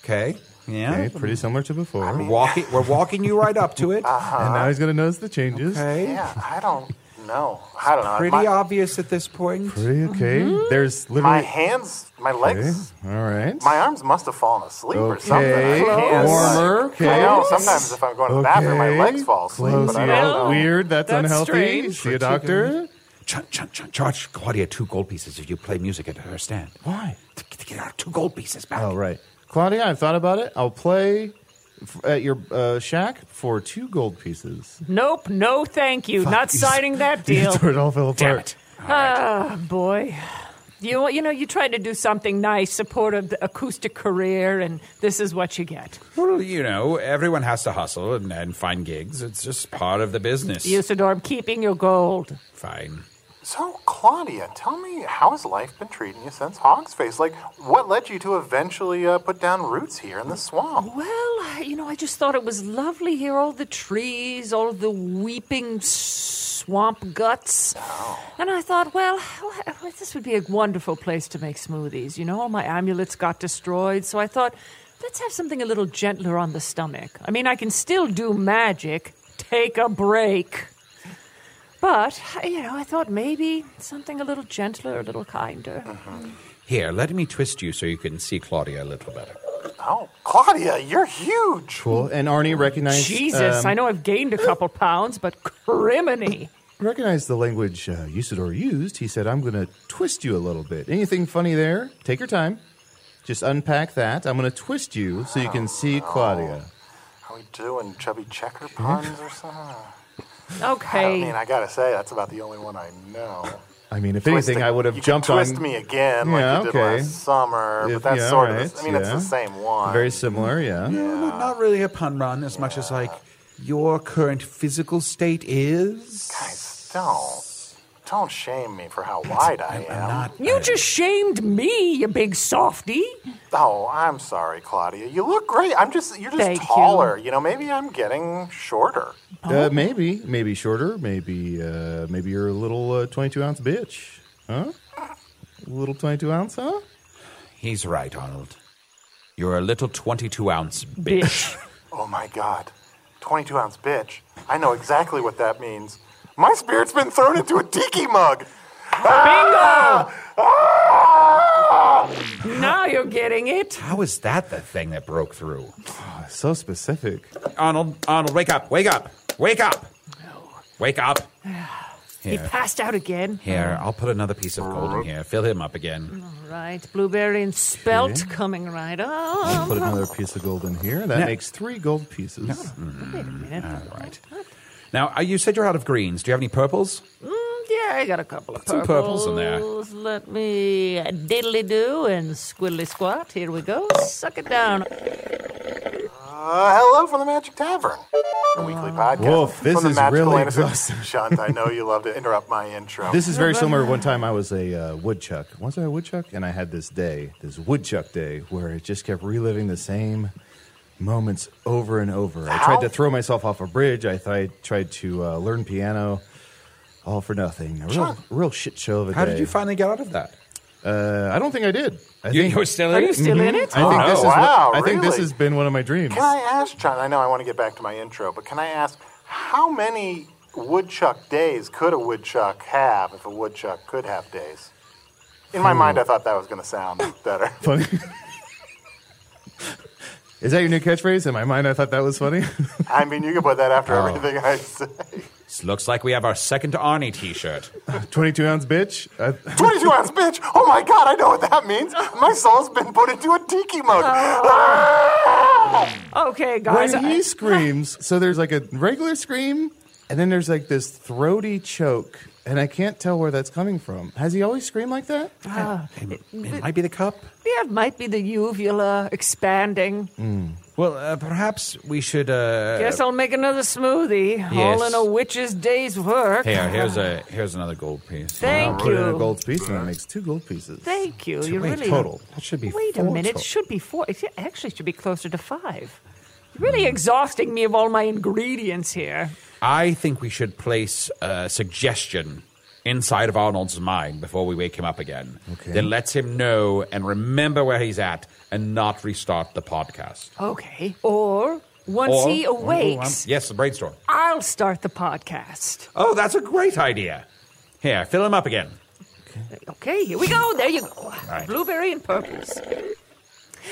[SPEAKER 5] Okay. Yeah.
[SPEAKER 6] Okay, pretty similar to before.
[SPEAKER 5] We're walking, we're walking you right up to it.
[SPEAKER 6] And now he's gonna notice the changes.
[SPEAKER 5] Okay.
[SPEAKER 8] Yeah, I don't know. I don't know.
[SPEAKER 5] Pretty
[SPEAKER 8] my,
[SPEAKER 5] obvious at this point.
[SPEAKER 6] Pretty okay. There's
[SPEAKER 8] my
[SPEAKER 6] literally.
[SPEAKER 8] hands, my
[SPEAKER 6] Okay.
[SPEAKER 8] legs,
[SPEAKER 6] All right.
[SPEAKER 8] My arms must have fallen asleep or something.
[SPEAKER 6] Okay.
[SPEAKER 8] I can't, like-
[SPEAKER 6] Warmer.
[SPEAKER 8] I know.
[SPEAKER 6] Close.
[SPEAKER 8] Sometimes if I'm going to the bathroom, my
[SPEAKER 6] Okay.
[SPEAKER 8] legs fall asleep.
[SPEAKER 6] Close.
[SPEAKER 8] But I
[SPEAKER 6] Yeah,
[SPEAKER 8] don't know.
[SPEAKER 6] Weird. That's,
[SPEAKER 7] That's
[SPEAKER 6] unhealthy.
[SPEAKER 7] strange.
[SPEAKER 6] See a doctor.
[SPEAKER 5] Chun, chun, chun, charge Claudia two gold pieces if you play music at her stand.
[SPEAKER 6] Why?
[SPEAKER 5] To, to get our two gold pieces back.
[SPEAKER 6] Oh right, Claudia. I've thought about it. I'll play f- at your uh, shack for two gold pieces. [laughs]
[SPEAKER 7] Nope, no thank you. Not signing that deal.
[SPEAKER 6] That's where it all fell
[SPEAKER 5] Damn
[SPEAKER 6] apart.
[SPEAKER 5] it.
[SPEAKER 7] Ah, boy. You, you know, you tried to do something nice, support of the acoustic career, and this is what you get.
[SPEAKER 5] Well, you know, everyone has to hustle and, and find gigs. It's just part of the business.
[SPEAKER 7] Usador, I'm keeping your gold.
[SPEAKER 5] Fine.
[SPEAKER 8] So, Claudia, tell me, how has life been treating you since Hog's Face? Like, what led you to eventually uh, put down roots here in the swamp?
[SPEAKER 7] Well, you know, I just thought it was lovely here. All the trees, all the weeping swamp guts. And I thought, well, this would be a wonderful place to make smoothies. You know, all my amulets got destroyed. So I thought, let's have something a little gentler on the stomach. I mean, I can still do magic. Take a break. But, you know, I thought maybe something a little gentler, a little kinder.
[SPEAKER 5] Here, let me twist you so you can see Claudia a little better.
[SPEAKER 8] Oh, Claudia, you're huge.
[SPEAKER 6] Cool. And Arnie recognized.
[SPEAKER 7] Jesus,
[SPEAKER 6] um,
[SPEAKER 7] I know I've gained a couple pounds, but criminy.
[SPEAKER 6] Recognized the language uh, Usador used. He said, "I'm going to twist you a little bit. Anything funny there? Take your time. Just unpack that. I'm going to twist you so you can see Claudia."
[SPEAKER 8] How we doing? Chubby checker puns or something? I
[SPEAKER 7] Okay.
[SPEAKER 8] mean, I gotta say, that's about the only one I know.
[SPEAKER 6] I mean, if
[SPEAKER 8] Twisting-
[SPEAKER 6] anything, I would have
[SPEAKER 8] you could
[SPEAKER 6] jumped
[SPEAKER 8] twist
[SPEAKER 6] on.
[SPEAKER 8] me again like
[SPEAKER 6] Yeah,
[SPEAKER 8] you did
[SPEAKER 6] okay.
[SPEAKER 8] last summer,
[SPEAKER 6] If-
[SPEAKER 8] but that's
[SPEAKER 6] yeah,
[SPEAKER 8] sort of.
[SPEAKER 6] right,
[SPEAKER 8] the- I mean, it's
[SPEAKER 6] yeah.
[SPEAKER 8] the same one.
[SPEAKER 6] Very similar, yeah.
[SPEAKER 5] Not, not really a pun run as much as like your current physical state is.
[SPEAKER 8] Guys, don't don't shame me for how wide I am.
[SPEAKER 7] You just shamed me, you big softy.
[SPEAKER 8] Oh, I'm sorry, Claudia. You look great. I'm just you're just
[SPEAKER 7] Thank you.
[SPEAKER 8] taller. You. know, maybe I'm getting shorter.
[SPEAKER 5] Oh.
[SPEAKER 6] Uh, maybe, maybe shorter. Maybe, uh, maybe you're a little uh, 22 ounce bitch, huh? Little 22 ounce, huh?
[SPEAKER 5] He's right, Arnold. You're a little 22 ounce bitch.
[SPEAKER 7] Bitch.
[SPEAKER 8] Oh my god. 22 ounce bitch. I know exactly what that means. My spirit's been thrown into a tiki mug. Ah, Bingo!
[SPEAKER 7] now you're getting it.
[SPEAKER 5] How is that the thing that broke through?
[SPEAKER 6] Oh, so specific.
[SPEAKER 5] Arnold, Arnold, wake up, wake up, wake up. Wake up.
[SPEAKER 7] He
[SPEAKER 5] Here,
[SPEAKER 7] passed out again.
[SPEAKER 5] here, I'll put another piece of gold in here. Fill him up again.
[SPEAKER 7] All right, blueberry and spelt coming right up.
[SPEAKER 6] Put another piece of gold in here. That makes three gold pieces.
[SPEAKER 7] Wait a minute.
[SPEAKER 5] All right. Now, uh, you said you're out of greens. Do you have any purples?
[SPEAKER 7] Mm, yeah, I got a couple of
[SPEAKER 5] Put some purples in there.
[SPEAKER 7] purples. Let me diddly do and squiddly squat. Here we go. Suck it down.
[SPEAKER 8] Uh, hello from the Magic Tavern, a weekly podcast.
[SPEAKER 6] Woof, Ah. this
[SPEAKER 8] from the
[SPEAKER 6] is
[SPEAKER 8] magical
[SPEAKER 6] really
[SPEAKER 8] Anderson.
[SPEAKER 6] exhausting.
[SPEAKER 8] Shunt, I know you love to interrupt my intro.
[SPEAKER 6] This is very similar. to One time I was a uh, woodchuck. Once I was a woodchuck, and I had this day, this woodchuck day, where it just kept reliving the same moments over and over. I
[SPEAKER 8] How?
[SPEAKER 6] tried to throw myself off a bridge. I, th- I tried to uh, learn piano, all for nothing. A real, real shit show of a
[SPEAKER 5] How
[SPEAKER 6] day.
[SPEAKER 5] did you finally get out of that?
[SPEAKER 6] Uh, I don't think I did. I
[SPEAKER 5] You,
[SPEAKER 6] think
[SPEAKER 5] you were still
[SPEAKER 7] Are
[SPEAKER 5] in
[SPEAKER 7] you
[SPEAKER 5] it? Mm-hmm.
[SPEAKER 7] still in it?
[SPEAKER 6] I think
[SPEAKER 8] Oh,
[SPEAKER 6] this is.
[SPEAKER 8] wow,
[SPEAKER 6] what, I think this
[SPEAKER 8] really?
[SPEAKER 6] has been one of my dreams.
[SPEAKER 8] Can I ask, John? I know I want to get back to my intro, but can I ask how many woodchuck days could a woodchuck have if a woodchuck could have days? In my mind, I thought that was going to sound better.
[SPEAKER 6] funny? [laughs] Is that your new catchphrase? In my mind, I thought that was funny. [laughs]
[SPEAKER 8] I mean, you can put that after everything I say.
[SPEAKER 5] This looks like we have our second Arnie t shirt.
[SPEAKER 6] 22 ounce bitch. I,
[SPEAKER 8] 22 ounce bitch! Oh my god, I know what that means! My soul's been put into a tiki Uh-huh. mode!
[SPEAKER 7] Okay, guys.
[SPEAKER 6] when
[SPEAKER 7] I-
[SPEAKER 6] he screams, so there's like a regular scream, and then there's like this throaty choke, and I can't tell where that's coming from. Has he always screamed like that?
[SPEAKER 5] It, it might be the cup.
[SPEAKER 7] yeah, it might be the uvula expanding.
[SPEAKER 5] Well, uh, perhaps we should. Uh,
[SPEAKER 7] Guess I'll make another smoothie. All
[SPEAKER 5] Yes.
[SPEAKER 7] in a witch's day's work.
[SPEAKER 5] Here, here's a here's another gold piece.
[SPEAKER 7] Thank
[SPEAKER 6] Put in a
[SPEAKER 7] you.
[SPEAKER 6] gold piece, and that makes two gold pieces.
[SPEAKER 7] Thank you. You
[SPEAKER 5] Wait,
[SPEAKER 7] really
[SPEAKER 6] total. That should be
[SPEAKER 7] Wait a
[SPEAKER 6] four
[SPEAKER 7] minute.
[SPEAKER 6] total.
[SPEAKER 7] It should be four. It actually should be closer to five. You're really exhausting me of all my ingredients here.
[SPEAKER 5] I think we should place a suggestion inside of Arnold's mind before we wake him up again.
[SPEAKER 6] Okay.
[SPEAKER 5] That lets him know and remember where he's at and not restart the podcast.
[SPEAKER 7] Okay. Or once
[SPEAKER 5] Or-
[SPEAKER 6] oh,
[SPEAKER 7] he awakes,
[SPEAKER 5] Yes, the brainstorm.
[SPEAKER 7] I'll start the podcast.
[SPEAKER 5] Oh, that's a great idea. Here, fill him up again.
[SPEAKER 7] Okay, here we go. There you go.
[SPEAKER 5] right.
[SPEAKER 7] Blueberry and purples.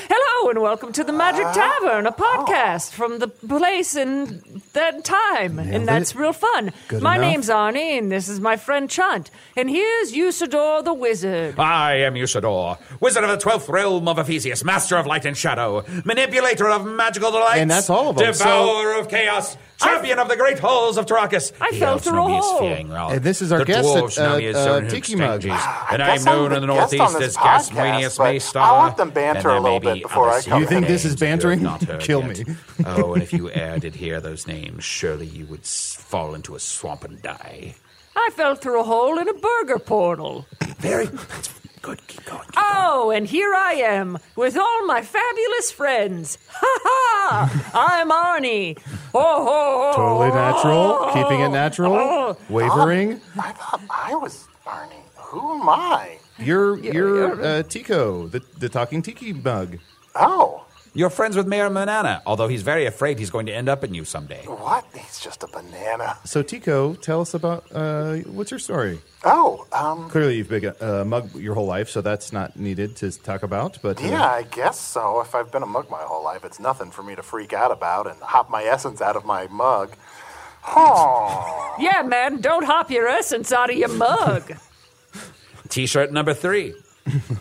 [SPEAKER 7] Hello and welcome to the Magic
[SPEAKER 6] Ah.
[SPEAKER 7] Tavern,
[SPEAKER 6] Oh.
[SPEAKER 7] a podcast from the place and that time,
[SPEAKER 6] Nailed
[SPEAKER 7] and that's
[SPEAKER 6] it.
[SPEAKER 7] real fun.
[SPEAKER 6] Good
[SPEAKER 7] my
[SPEAKER 6] enough.
[SPEAKER 7] name's Arnie, and this is my friend Chunt, and here's Usador the Wizard.
[SPEAKER 5] I am Usador, wizard of the twelfth realm of Ephesius, master of light and shadow, manipulator of magical delights,
[SPEAKER 6] And that's all of 'em, so-
[SPEAKER 5] devourer of chaos, champion of the great halls of Tarakas.
[SPEAKER 7] I fell
[SPEAKER 5] elves
[SPEAKER 7] through
[SPEAKER 5] know me
[SPEAKER 7] a
[SPEAKER 5] as
[SPEAKER 7] hole.
[SPEAKER 5] Fearing Rock.
[SPEAKER 6] And this is our
[SPEAKER 5] the
[SPEAKER 6] guest
[SPEAKER 5] dwarves
[SPEAKER 6] at,
[SPEAKER 5] know
[SPEAKER 6] uh,
[SPEAKER 5] me as
[SPEAKER 6] uh,
[SPEAKER 5] Zorin
[SPEAKER 6] Tiki
[SPEAKER 5] Hoopstanges,
[SPEAKER 6] Mug.
[SPEAKER 5] and
[SPEAKER 8] guess
[SPEAKER 5] I'm known in
[SPEAKER 8] the
[SPEAKER 5] the
[SPEAKER 8] Ah, guest on
[SPEAKER 5] northeast as
[SPEAKER 8] this
[SPEAKER 5] Gasmanius
[SPEAKER 8] podcast, but
[SPEAKER 5] Maystar.
[SPEAKER 8] I want them
[SPEAKER 5] and
[SPEAKER 8] banter a
[SPEAKER 5] there
[SPEAKER 8] little
[SPEAKER 5] may be
[SPEAKER 8] bit before
[SPEAKER 5] other
[SPEAKER 8] I come
[SPEAKER 5] secret
[SPEAKER 6] in. You think this
[SPEAKER 5] names
[SPEAKER 6] is
[SPEAKER 5] you have
[SPEAKER 6] bantering?
[SPEAKER 5] not heard
[SPEAKER 6] Kill
[SPEAKER 5] yet.
[SPEAKER 6] me.
[SPEAKER 5] [laughs] oh, and if
[SPEAKER 6] [laughs]
[SPEAKER 5] you e'er did hear those names, surely you would s- fall into a swamp and die.
[SPEAKER 7] I fell through a hole in a burger portal.
[SPEAKER 5] Very that's good. Keep going. keep
[SPEAKER 7] Oh, and here I am with all my fabulous friends. Ha ha! I'm Arnie. Oh, ho, ho.
[SPEAKER 6] Totally natural, keeping it natural, wavering.
[SPEAKER 8] I thought I was Arnie. Who am I?
[SPEAKER 7] [laughs]
[SPEAKER 6] You're you're uh, Tico, the, the talking tiki mug.
[SPEAKER 8] Oh,
[SPEAKER 5] You're friends with Mayor Manana, although he's very afraid he's going to end up in you someday.
[SPEAKER 8] what? He's just a banana.
[SPEAKER 6] So Tico, tell us about uh, what's your story.
[SPEAKER 8] Oh, um,
[SPEAKER 6] Clearly, you've been a uh, mug your whole life, so that's not needed to talk about. But uh,
[SPEAKER 8] yeah, I guess so. If I've been a mug my whole life, it's nothing for me to freak out about and hop my [laughs] essence out of my mug. Oh,
[SPEAKER 7] Yeah, man, don't hop your essence out of your mug.
[SPEAKER 5] T-shirt number three.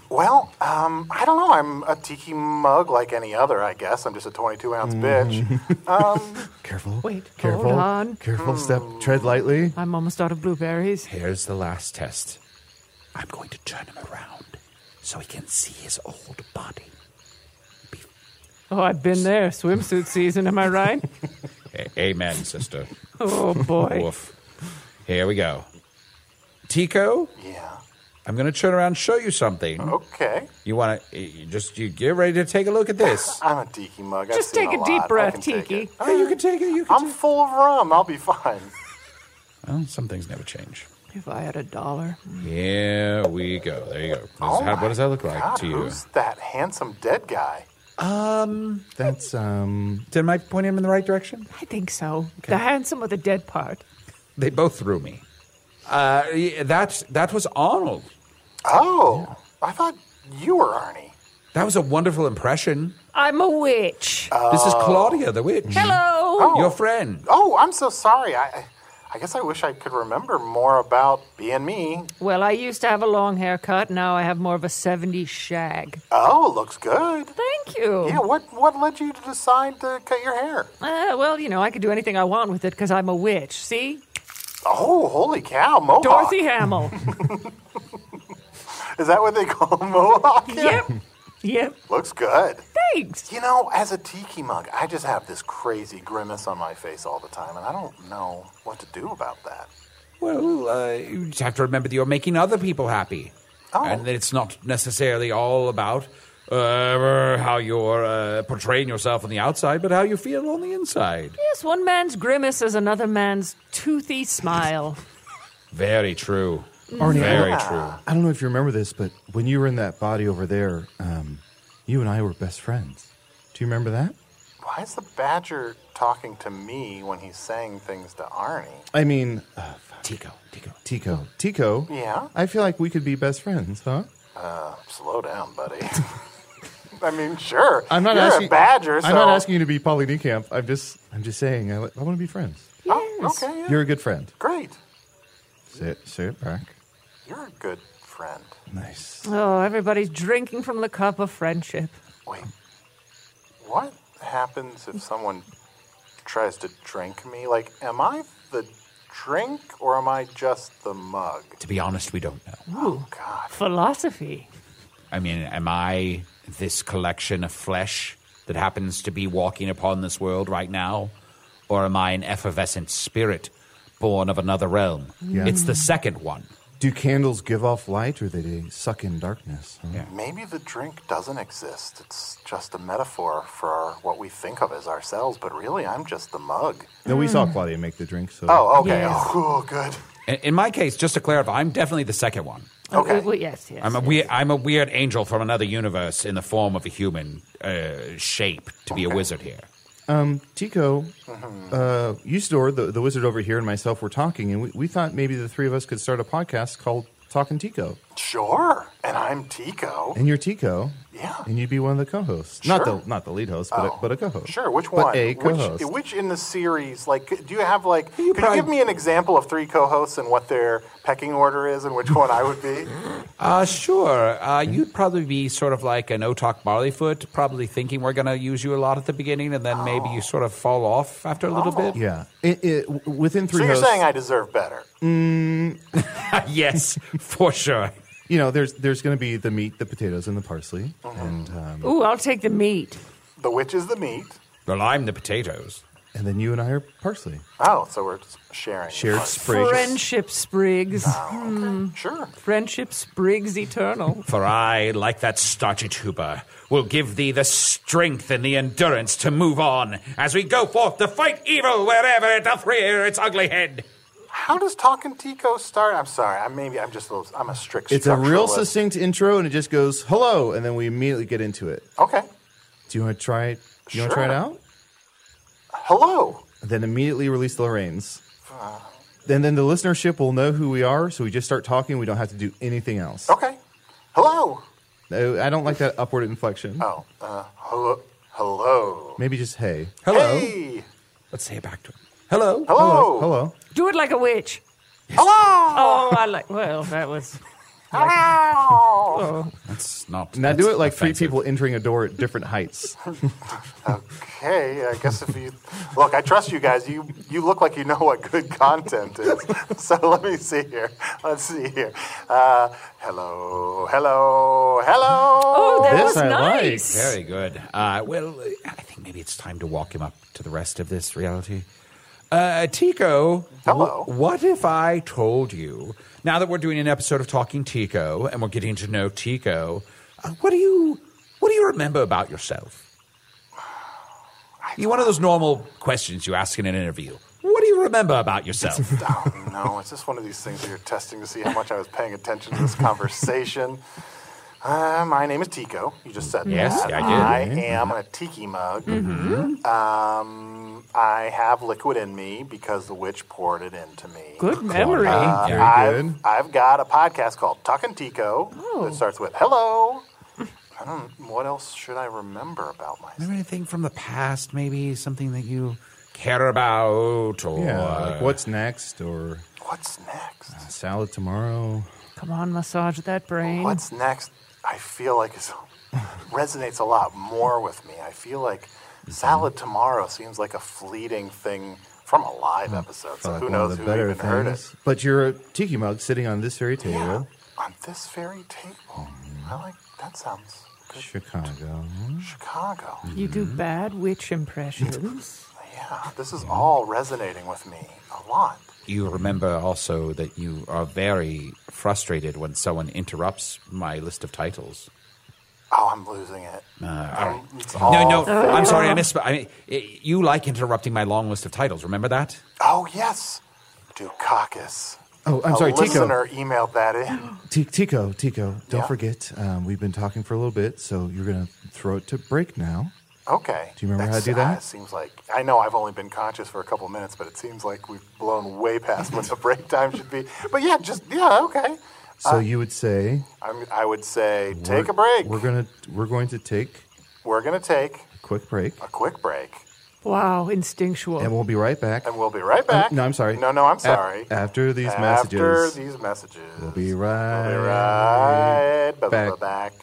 [SPEAKER 8] well, um, I don't know. I'm a tiki mug like any other, I guess. I'm just a 22 ounce
[SPEAKER 5] Mm-hmm.
[SPEAKER 8] bitch.
[SPEAKER 6] careful,
[SPEAKER 7] Wait, hold
[SPEAKER 6] careful,
[SPEAKER 7] on. Hmm.
[SPEAKER 6] careful. Step, tread lightly.
[SPEAKER 7] I'm almost out of blueberries.
[SPEAKER 5] Here's the last test. I'm going to turn him around so he can see his old body.
[SPEAKER 7] Oh, I've been there. Swimsuit season, am I right? [laughs]
[SPEAKER 5] A- amen, [laughs] sister.
[SPEAKER 7] Oh, boy.
[SPEAKER 5] Woof. Here we go. Tico,
[SPEAKER 8] Yeah.
[SPEAKER 5] I'm going to turn around and show you something.
[SPEAKER 8] Okay.
[SPEAKER 5] You want to just you get ready to take a look at this.
[SPEAKER 8] I'm a tiki mug. I've
[SPEAKER 7] Just
[SPEAKER 8] seen
[SPEAKER 7] take a
[SPEAKER 8] lot.
[SPEAKER 7] deep
[SPEAKER 8] I
[SPEAKER 7] breath,
[SPEAKER 8] can take
[SPEAKER 7] Tiki.
[SPEAKER 8] it.
[SPEAKER 5] Hey, you can take it. You can.
[SPEAKER 8] I'm full of rum. I'll be fine.
[SPEAKER 5] Well, some things never change.
[SPEAKER 7] If I had a dollar.
[SPEAKER 5] Here we go. There you go.
[SPEAKER 8] Oh
[SPEAKER 5] How- [laughs] what does that look
[SPEAKER 8] my
[SPEAKER 5] like
[SPEAKER 8] God,
[SPEAKER 5] to you?
[SPEAKER 8] Who's that handsome dead guy?
[SPEAKER 6] That's um.
[SPEAKER 5] Did I point him in the right direction?
[SPEAKER 7] I think so. The handsome or the dead part.
[SPEAKER 5] They both threw me. Uh, y- that, that was Arnold.
[SPEAKER 8] Oh, I thought you were Arnie.
[SPEAKER 5] That was a wonderful impression.
[SPEAKER 7] I'm a witch.
[SPEAKER 5] This is Claudia the witch.
[SPEAKER 7] Hello.
[SPEAKER 5] Your friend.
[SPEAKER 8] Mm-hmm. Oh, I'm so sorry. I, I- I guess I wish I could remember more about being me.
[SPEAKER 7] Well, I used to have a long haircut. Now I have more of a 70s shag.
[SPEAKER 8] Oh, looks good.
[SPEAKER 7] Thank
[SPEAKER 5] Oh.
[SPEAKER 7] you.
[SPEAKER 8] Yeah, what what led you to decide to cut your hair?
[SPEAKER 7] Uh, well, you know, I could do anything I want with it because I'm a witch. See?
[SPEAKER 8] Oh, holy cow, mohawk.
[SPEAKER 7] Dorothy [laughs] Hamill.
[SPEAKER 8] Is that what they call [laughs] mohawk? hair?
[SPEAKER 7] yep. Yep.
[SPEAKER 8] Looks good.
[SPEAKER 7] thanks.
[SPEAKER 8] You know, as a tiki monk, I just have this crazy grimace on my face all the time, and I don't know what to do about that.
[SPEAKER 5] Well, uh, you just have to remember that you're making other people happy.
[SPEAKER 8] Oh.
[SPEAKER 5] And that it's not necessarily all about uh, how you're uh, portraying yourself on the outside, but how you feel on the inside.
[SPEAKER 7] Yes, one man's grimace is another man's toothy [laughs] smile.
[SPEAKER 5] Very true.
[SPEAKER 8] Mm.
[SPEAKER 6] Arnie, I
[SPEAKER 5] Very
[SPEAKER 6] don't-
[SPEAKER 5] true.
[SPEAKER 6] I don't know if you remember this, but when you were in that body over there, um, you and I were best friends. Do you remember that?
[SPEAKER 8] Why is the badger talking to me when he's saying things to Arnie?
[SPEAKER 6] I mean, uh,
[SPEAKER 5] Tico, Tico.
[SPEAKER 6] Tico. Tico?
[SPEAKER 8] Yeah?
[SPEAKER 6] I feel like we could be best friends, huh?
[SPEAKER 8] Slow down, buddy. [laughs] I mean, sure.
[SPEAKER 6] I'm not
[SPEAKER 8] You're
[SPEAKER 6] asking.
[SPEAKER 8] a badger, so
[SPEAKER 6] I'm not asking you to be Polly Niekamp. I'm just, I'm just saying. I, I want to be friends.
[SPEAKER 8] Oh, okay, yeah.
[SPEAKER 6] You're a good friend.
[SPEAKER 8] great.
[SPEAKER 6] Say it, say it back.
[SPEAKER 8] You're a good friend.
[SPEAKER 6] Nice.
[SPEAKER 7] Oh, everybody's drinking from the cup of friendship.
[SPEAKER 8] Wait, what happens if someone tries to drink me? Like, am I the drink or am I just the mug?
[SPEAKER 5] To be honest, we don't know.
[SPEAKER 7] Ooh,
[SPEAKER 8] God.
[SPEAKER 7] philosophy.
[SPEAKER 5] I mean, am I this collection of flesh that happens to be walking upon this world right now? Or am I an effervescent spirit born of another realm?
[SPEAKER 6] Yeah.
[SPEAKER 5] It's the second one.
[SPEAKER 6] Do candles give off light, or they suck in darkness? huh?
[SPEAKER 8] Maybe the drink doesn't exist. It's just a metaphor for our, what we think of as ourselves, but really, I'm just the mug.
[SPEAKER 6] No, we saw Claudia make the drink. So.
[SPEAKER 8] Mm. Oh, okay.
[SPEAKER 7] Yes.
[SPEAKER 8] Oh, good.
[SPEAKER 5] In, in my case, just to clarify, I'm definitely the second one.
[SPEAKER 7] Oh,
[SPEAKER 8] Okay.
[SPEAKER 7] we- we- yes, yes.
[SPEAKER 5] I'm a
[SPEAKER 7] yes.
[SPEAKER 5] weird. I'm a weird angel from another universe in the form of a human uh, shape to be a wizard here.
[SPEAKER 8] oh.
[SPEAKER 6] Um, Tico,
[SPEAKER 8] Mm-hmm.
[SPEAKER 6] uh, Usador, the, the wizard over here, and myself were talking, and we, we thought maybe the three of us could start a podcast called Talking Tico.
[SPEAKER 8] Sure. And I'm Tico.
[SPEAKER 6] And you're Tico.
[SPEAKER 8] Yeah.
[SPEAKER 6] And you'd be one of the co-hosts. Not
[SPEAKER 8] Sure. Oh.
[SPEAKER 6] the not the lead host, but, a, but a co-host.
[SPEAKER 8] Sure, which
[SPEAKER 6] But
[SPEAKER 8] one?
[SPEAKER 6] a co-host.
[SPEAKER 8] which, which in the series? Like, do you have like?
[SPEAKER 5] You
[SPEAKER 8] could
[SPEAKER 5] probably-
[SPEAKER 8] you give me an example of three co-hosts and what their pecking order is, and which one I
[SPEAKER 6] [laughs]
[SPEAKER 8] would be?
[SPEAKER 5] Uh, sure. Uh, you'd probably be sort of like an Otak Barleyfoot, probably thinking we're going to use you a lot at the beginning, and then maybe you sort of fall off after a little bit.
[SPEAKER 6] yeah. It, it, w- within
[SPEAKER 8] so
[SPEAKER 6] three
[SPEAKER 8] you're
[SPEAKER 6] hosts,
[SPEAKER 8] saying I deserve better?
[SPEAKER 5] yes, for sure.
[SPEAKER 6] you know, there's there's going to be the meat, the potatoes, and the parsley.
[SPEAKER 8] Uh-huh.
[SPEAKER 6] And um,
[SPEAKER 7] Ooh, I'll take the meat.
[SPEAKER 8] The witch is the meat.
[SPEAKER 5] Well, I'm the potatoes.
[SPEAKER 6] and then you and I are parsley.
[SPEAKER 8] Oh, so we're sharing.
[SPEAKER 6] Shared
[SPEAKER 8] Fine.
[SPEAKER 6] sprigs.
[SPEAKER 7] Friendship sprigs.
[SPEAKER 8] Sure.
[SPEAKER 7] Friendship
[SPEAKER 6] [laughs]
[SPEAKER 7] sprigs eternal.
[SPEAKER 5] For I, like that starchy tuber, will give thee the strength and the endurance to move on as we go forth to fight evil wherever it doth rear its ugly head.
[SPEAKER 8] How does talking Tico start? I'm sorry. I'm maybe I'm just a little, I'm a strict.
[SPEAKER 6] It's a real
[SPEAKER 8] structuralist.
[SPEAKER 6] succinct intro, and it just goes hello, and then we immediately get into it.
[SPEAKER 8] Okay.
[SPEAKER 6] Do you want to try it? Do you want to try it
[SPEAKER 8] Sure.
[SPEAKER 6] out?
[SPEAKER 8] Hello.
[SPEAKER 6] Then immediately release the reins.
[SPEAKER 8] Uh.
[SPEAKER 6] And then the listenership will know who we are, so we just start talking. We don't have to do anything else.
[SPEAKER 8] Okay. Hello.
[SPEAKER 6] No, I don't like that upward inflection.
[SPEAKER 8] Oh. Uh, hello. Hello.
[SPEAKER 6] Maybe just hey.
[SPEAKER 5] Hello.
[SPEAKER 8] Hey.
[SPEAKER 5] Let's say it back to him. Hello.
[SPEAKER 8] Hello.
[SPEAKER 6] Hello.
[SPEAKER 7] Do it like a witch.
[SPEAKER 8] Hello.
[SPEAKER 7] Oh, I like. Well, that was.
[SPEAKER 8] Hello.
[SPEAKER 5] That's not.
[SPEAKER 6] Now
[SPEAKER 5] that's
[SPEAKER 6] do it like
[SPEAKER 5] offensive.
[SPEAKER 6] three people entering a door at different heights.
[SPEAKER 8] Okay, I guess if you look, I trust you guys. You you look like you know what good content is. [laughs] So let me see here. Let's see here. Uh, hello, hello, hello.
[SPEAKER 7] Oh, that
[SPEAKER 6] This
[SPEAKER 7] was
[SPEAKER 6] I like.
[SPEAKER 7] nice.
[SPEAKER 5] Very good. Uh, well, I think maybe it's time to walk him up to the rest of this reality. Uh, Tico,
[SPEAKER 8] Hello.
[SPEAKER 5] wh- what if I told you, now that we're doing an episode of Talking Tico and we're getting to know Tico, uh, what do you what do you remember about yourself? You one of those normal questions you ask in an interview. What do you remember about yourself?
[SPEAKER 8] Oh, no, it's just one of these things where you're testing to see how much I was paying attention to this conversation. Uh, my name is Tico. You just said
[SPEAKER 5] Yes,
[SPEAKER 8] that.
[SPEAKER 5] I did.
[SPEAKER 8] I am a tiki mug. Um, I have liquid in me because the witch poured it into me.
[SPEAKER 7] Good memory.
[SPEAKER 6] Very
[SPEAKER 8] I've,
[SPEAKER 6] good.
[SPEAKER 8] I've got a podcast called Talkin' Tico that starts with "Hello." I don't. What else should I remember about myself?
[SPEAKER 5] Remember anything from the past, maybe something that you care about or
[SPEAKER 6] Yeah. Like what's next or
[SPEAKER 8] What's next?
[SPEAKER 6] salad tomorrow?
[SPEAKER 7] Come on, massage that brain.
[SPEAKER 8] What's next? I feel like is resonates a lot more with me. I feel like salad tomorrow seems like a fleeting thing from a live episode. So
[SPEAKER 6] Like
[SPEAKER 8] who
[SPEAKER 6] one of
[SPEAKER 8] knows
[SPEAKER 6] the
[SPEAKER 8] who
[SPEAKER 6] better
[SPEAKER 8] even heard it?
[SPEAKER 6] things. But you're a tiki mug sitting on this very table. Mm-hmm.
[SPEAKER 8] On this very table. I like that sounds
[SPEAKER 6] Chicago.
[SPEAKER 8] Chicago.
[SPEAKER 6] Mm.
[SPEAKER 7] You do
[SPEAKER 6] Mm-hmm.
[SPEAKER 7] bad
[SPEAKER 6] [laughs]
[SPEAKER 7] witch impressions.
[SPEAKER 8] Yeah, this is all resonating with me a lot.
[SPEAKER 5] You remember also that you are very frustrated when someone interrupts my list of titles.
[SPEAKER 8] Oh, I'm losing it.
[SPEAKER 6] Uh,
[SPEAKER 8] Um, it's all-
[SPEAKER 5] No, no, I'm sorry, I missed. I mean, i- you like interrupting my long list of titles. Remember that?
[SPEAKER 8] Oh, yes. Dukakis.
[SPEAKER 6] Oh, I'm
[SPEAKER 8] a
[SPEAKER 6] sorry, Tico.
[SPEAKER 8] listener emailed that
[SPEAKER 6] [gasps]
[SPEAKER 8] in.
[SPEAKER 6] T- Tico, Tico, don't
[SPEAKER 8] Yeah.
[SPEAKER 6] forget, um, we've been talking for a little bit, so you're going to throw it to break now.
[SPEAKER 8] Okay.
[SPEAKER 6] Do you remember how to
[SPEAKER 8] That's-
[SPEAKER 6] do that?
[SPEAKER 8] Uh, seems like I know I've only been conscious for a couple minutes, but it seems like we've blown way past what the break time should be. But yeah, just yeah, okay.
[SPEAKER 6] So you would say,
[SPEAKER 8] I'm, I would say
[SPEAKER 6] we're-
[SPEAKER 8] Uh, take a break.
[SPEAKER 6] We're
[SPEAKER 8] We're,
[SPEAKER 6] gonna we're going to take
[SPEAKER 8] gonna take
[SPEAKER 6] a quick break,
[SPEAKER 8] a quick break,
[SPEAKER 7] wow, instinctual.
[SPEAKER 6] and we'll be right back.
[SPEAKER 8] and we'll be right back.
[SPEAKER 6] Um, no, I'm sorry.
[SPEAKER 8] No, no, I'm
[SPEAKER 6] Af-
[SPEAKER 8] sorry.
[SPEAKER 6] after these
[SPEAKER 8] After
[SPEAKER 6] messages.
[SPEAKER 8] these messages,
[SPEAKER 6] We'll be
[SPEAKER 8] We'll be
[SPEAKER 6] right.
[SPEAKER 8] right
[SPEAKER 6] back.
[SPEAKER 8] back. back.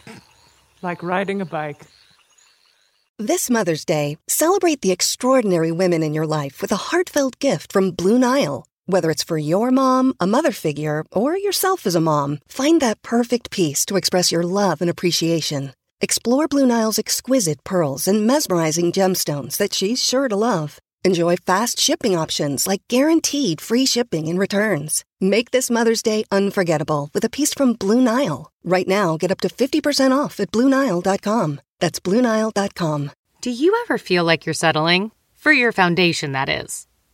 [SPEAKER 7] like riding a bike.
[SPEAKER 9] This Mother's Day, celebrate the extraordinary women in your life with a heartfelt gift from Blue Nile. Whether it's for your mom, a mother figure, or yourself as a mom, find that perfect piece to express your love and appreciation. Explore Blue Nile's exquisite pearls and mesmerizing gemstones that she's sure to love. Enjoy fast shipping options like guaranteed free shipping and returns. Make this Mother's Day unforgettable with a piece from Blue Nile. Right now, get up to 50% off at BlueNile.com. That's BlueNile.com.
[SPEAKER 1] Do you ever feel like you're settling? For your foundation, that is.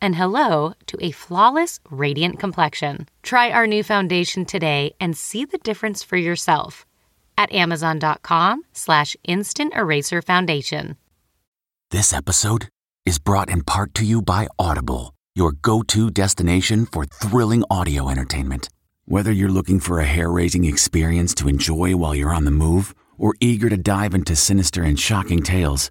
[SPEAKER 1] and hello to a flawless, radiant complexion. Try our new foundation today and see the difference for yourself at amazon.com slash instant eraser foundation.
[SPEAKER 10] This episode is brought in part to you by Audible, your go to destination for thrilling audio entertainment. Whether you're looking for a hair raising experience to enjoy while you're on the move or eager to dive into sinister and shocking tales,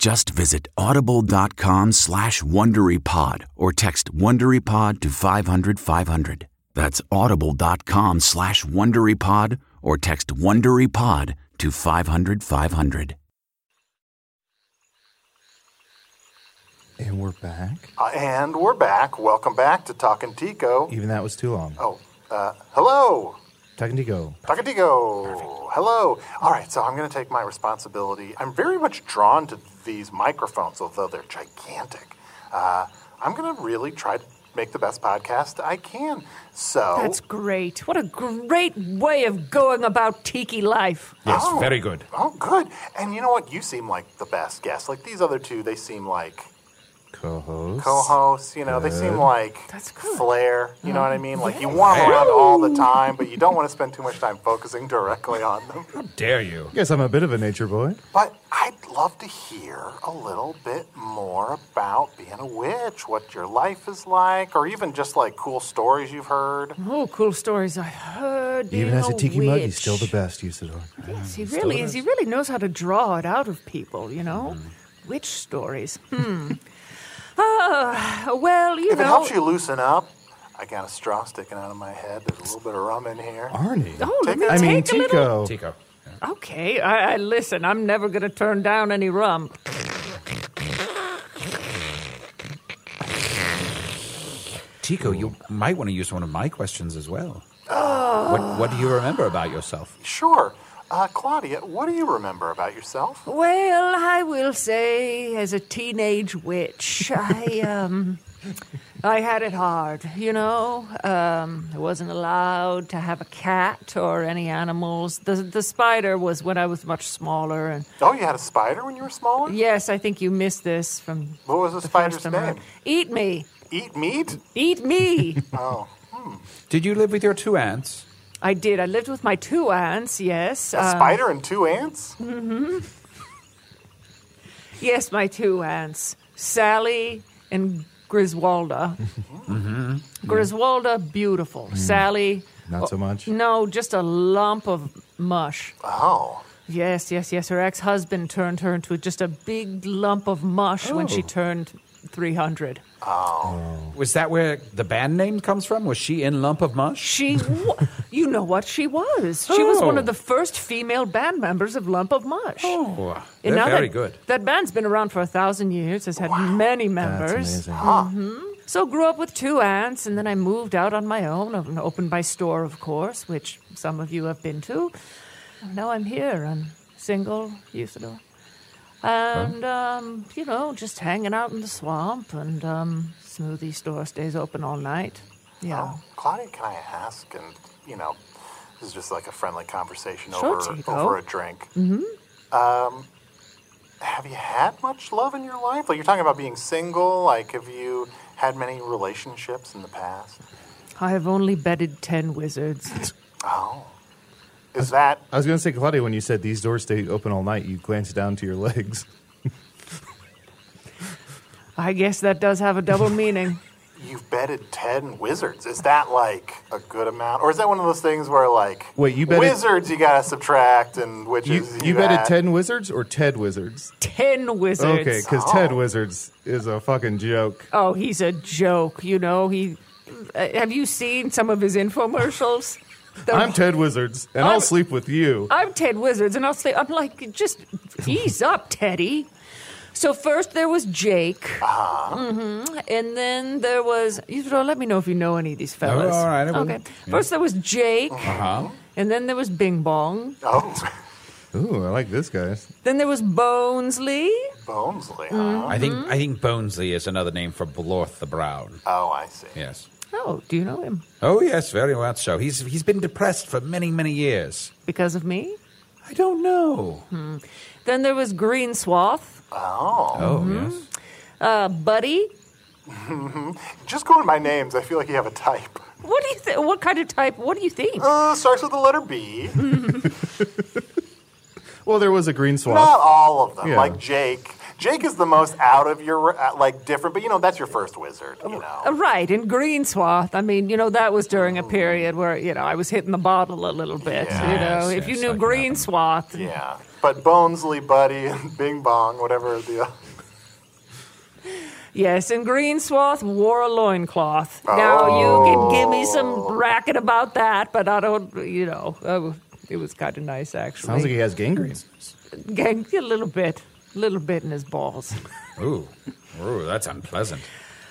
[SPEAKER 10] Just visit audible.com slash WonderyPod or text WonderyPod to 500 500. That's audible.com slash WonderyPod or text WonderyPod to 500 500.
[SPEAKER 6] And we're back.
[SPEAKER 8] Uh, and we're back. Welcome back to Talking Tico.
[SPEAKER 6] Even that was too long.
[SPEAKER 8] Oh, uh, hello.
[SPEAKER 6] Talking Tico.
[SPEAKER 8] Takatigo. Hello. All right, so I'm going to take my responsibility. I'm very much drawn to these microphones, although they're gigantic. Uh, I'm going to really try to make the best podcast I can.
[SPEAKER 6] Oh.
[SPEAKER 8] So,
[SPEAKER 7] That's great. What a great way of going about tiki life.
[SPEAKER 5] Yes,
[SPEAKER 8] Oh.
[SPEAKER 5] very good.
[SPEAKER 8] oh, good. And you know what? You seem like the best guest. Like these other two, they seem like
[SPEAKER 6] Co-host.
[SPEAKER 8] co-hosts. You know, they seem like
[SPEAKER 7] That's good.
[SPEAKER 8] flair. You know what I mean? Like you want them around all the time, but you don't want to spend too much time focusing directly on them.
[SPEAKER 5] Dare you?
[SPEAKER 6] Guess I'm a bit of a nature boy.
[SPEAKER 8] But I'd love to hear a little bit more about being a witch, what your life is like, or even just like cool stories you've heard.
[SPEAKER 7] Oh, cool stories I heard. Being
[SPEAKER 6] Even as a tiki
[SPEAKER 7] witch.
[SPEAKER 6] mug, he's still the best, Usador.
[SPEAKER 7] Yes, he really is. He really knows how to draw it out of people, you know? Witch stories. Hmm. [laughs] Ah, well, you
[SPEAKER 8] If it
[SPEAKER 7] know.
[SPEAKER 8] helps you loosen up, I got a straw sticking out of my head. There's a little bit of rum in here.
[SPEAKER 6] Arnie.
[SPEAKER 7] Oh, let me
[SPEAKER 6] I mean,
[SPEAKER 7] take a little.
[SPEAKER 6] Tico.
[SPEAKER 5] Tico.
[SPEAKER 7] Okay, I, I listen. I'm never going to turn down any rum.
[SPEAKER 5] Tico, you might want to use one of my questions as well. What, what do you remember about yourself?
[SPEAKER 8] Sure. Uh, Claudia, what do you remember about yourself?
[SPEAKER 7] Well, I will say, as a teenage witch, I um, I had it hard. You know, um, I wasn't allowed to have a cat or any animals. The the spider was when I was much smaller, and
[SPEAKER 8] Oh, you had a spider when you were smaller?
[SPEAKER 7] yes, I think you missed this from
[SPEAKER 8] What was the
[SPEAKER 7] the
[SPEAKER 8] spider's
[SPEAKER 7] first time
[SPEAKER 8] name?
[SPEAKER 7] around. Eat me.
[SPEAKER 8] Eat meat?
[SPEAKER 7] Eat me.
[SPEAKER 8] oh.
[SPEAKER 5] Did you live with your two aunts?
[SPEAKER 7] I did. I lived with my two aunts, yes.
[SPEAKER 8] A spider and two ants?
[SPEAKER 7] hmm Yes, my two aunts, Sally and Griswolda.
[SPEAKER 6] Mm-hmm.
[SPEAKER 7] Griswolda, beautiful.
[SPEAKER 5] Mm.
[SPEAKER 7] Sally.
[SPEAKER 6] Not so much.
[SPEAKER 7] No, just a lump of mush.
[SPEAKER 8] Oh.
[SPEAKER 7] Yes, yes, yes. Her ex husband turned her into just a big lump of mush when she
[SPEAKER 5] Oh.
[SPEAKER 7] turned 300.
[SPEAKER 5] Oh. Was that where the band name comes from? Was she in Lump of Mush?
[SPEAKER 7] She, wa- you know what she was. She was one
[SPEAKER 5] Oh.
[SPEAKER 7] of the first female band members of Lump of Mush.
[SPEAKER 5] Oh,
[SPEAKER 7] And
[SPEAKER 5] they're
[SPEAKER 7] now
[SPEAKER 5] very
[SPEAKER 7] that,
[SPEAKER 5] good.
[SPEAKER 7] That band's been around for a thousand years, has had many members.
[SPEAKER 5] amazing.
[SPEAKER 7] hmm So grew up with two aunts, and then I moved out on my own and opened my store, of course, which some of you have been to. Now I'm here. I'm single, Usador. And, um, you know, just hanging out in the swamp, and um, smoothie store stays open all night. Yeah.
[SPEAKER 8] Oh, Claudia, can I ask? And, you know, this is just like a friendly conversation
[SPEAKER 7] Sure,
[SPEAKER 8] over,
[SPEAKER 7] Tico.
[SPEAKER 8] over a drink.
[SPEAKER 7] hmm
[SPEAKER 8] Um, have you had much love in your life? Like, you're talking about being single. Like, have you had many relationships in the past?
[SPEAKER 7] I have only bedded 10
[SPEAKER 5] [laughs]
[SPEAKER 7] wizards.
[SPEAKER 8] Oh. Is
[SPEAKER 7] Uh,
[SPEAKER 8] that
[SPEAKER 6] I was going to say, Claudia, when you said these doors stay open all night, you glanced down to your legs.
[SPEAKER 7] I guess that does have a double meaning.
[SPEAKER 8] you've betted 10 wizards? Is that like a good amount? Or is that one of those things where, like,
[SPEAKER 6] Wait, you betted-
[SPEAKER 8] wizards you gotta subtract and
[SPEAKER 6] You,
[SPEAKER 8] witches you,
[SPEAKER 6] you betted
[SPEAKER 8] add?
[SPEAKER 6] 10 wizards or Ted Wizards?
[SPEAKER 7] 10 wizards.
[SPEAKER 6] Okay, because Ted Wizards is a fucking joke.
[SPEAKER 7] Oh, he's a joke. You know, he. Uh, have you seen some of his infomercials? The-
[SPEAKER 6] I'm Ted Wizards, and i will sleep with you.
[SPEAKER 7] I'm Ted Wizards, and I'll say, I'm like, just ease up, Teddy. So first there was Jake, hmm and then there was. You know, let me know if you know any of these fellas.
[SPEAKER 5] all right, I will.
[SPEAKER 7] okay. First there was Jake,
[SPEAKER 6] Uh-huh.
[SPEAKER 7] and then there was Bing Bong.
[SPEAKER 8] Oh. [laughs]
[SPEAKER 6] Ooh, I like this guy.
[SPEAKER 7] Then there was Bonesley.
[SPEAKER 8] Bonesley.
[SPEAKER 5] I think I think Bonesley is another name for Blorth the Brown.
[SPEAKER 8] Oh, I see.
[SPEAKER 5] Yes.
[SPEAKER 7] Oh, do you know him
[SPEAKER 5] Oh yes, very much so. He's he's been depressed for many many years.
[SPEAKER 7] because of me?
[SPEAKER 5] I don't know.
[SPEAKER 7] Hmm. Then there was Green Swath.
[SPEAKER 8] Oh.
[SPEAKER 7] Mhm. Uh, Buddy.
[SPEAKER 6] Oh.
[SPEAKER 8] Just going by names, I feel like you have a type.
[SPEAKER 7] What do you think? What kind of type? What do you think?
[SPEAKER 8] Uh, starts with the letter B.
[SPEAKER 6] Well, there was a green swath.
[SPEAKER 8] Not all of them.
[SPEAKER 6] Yeah.
[SPEAKER 8] Like Jake. Jake is the most out of your uh, like different, but you know that's your first wizard. You know.
[SPEAKER 7] Uh, Right, in green swath. I mean, you know, that was during a period where, you know, I was hitting the bottle a little bit. you know, if you knew green swath.
[SPEAKER 8] Yeah. But Bonesley, Buddy, [laughs] and Bing Bong, whatever the.
[SPEAKER 7] Yes, in green swath wore a loincloth.
[SPEAKER 8] Oh.
[SPEAKER 7] Now, you can give me some racket about that, but I don't, you know, uh, it was kind of nice, actually.
[SPEAKER 6] Sounds like he has gangrene.
[SPEAKER 7] Gang, a little bit, a little bit in his balls.
[SPEAKER 5] Ooh, ooh, that's unpleasant.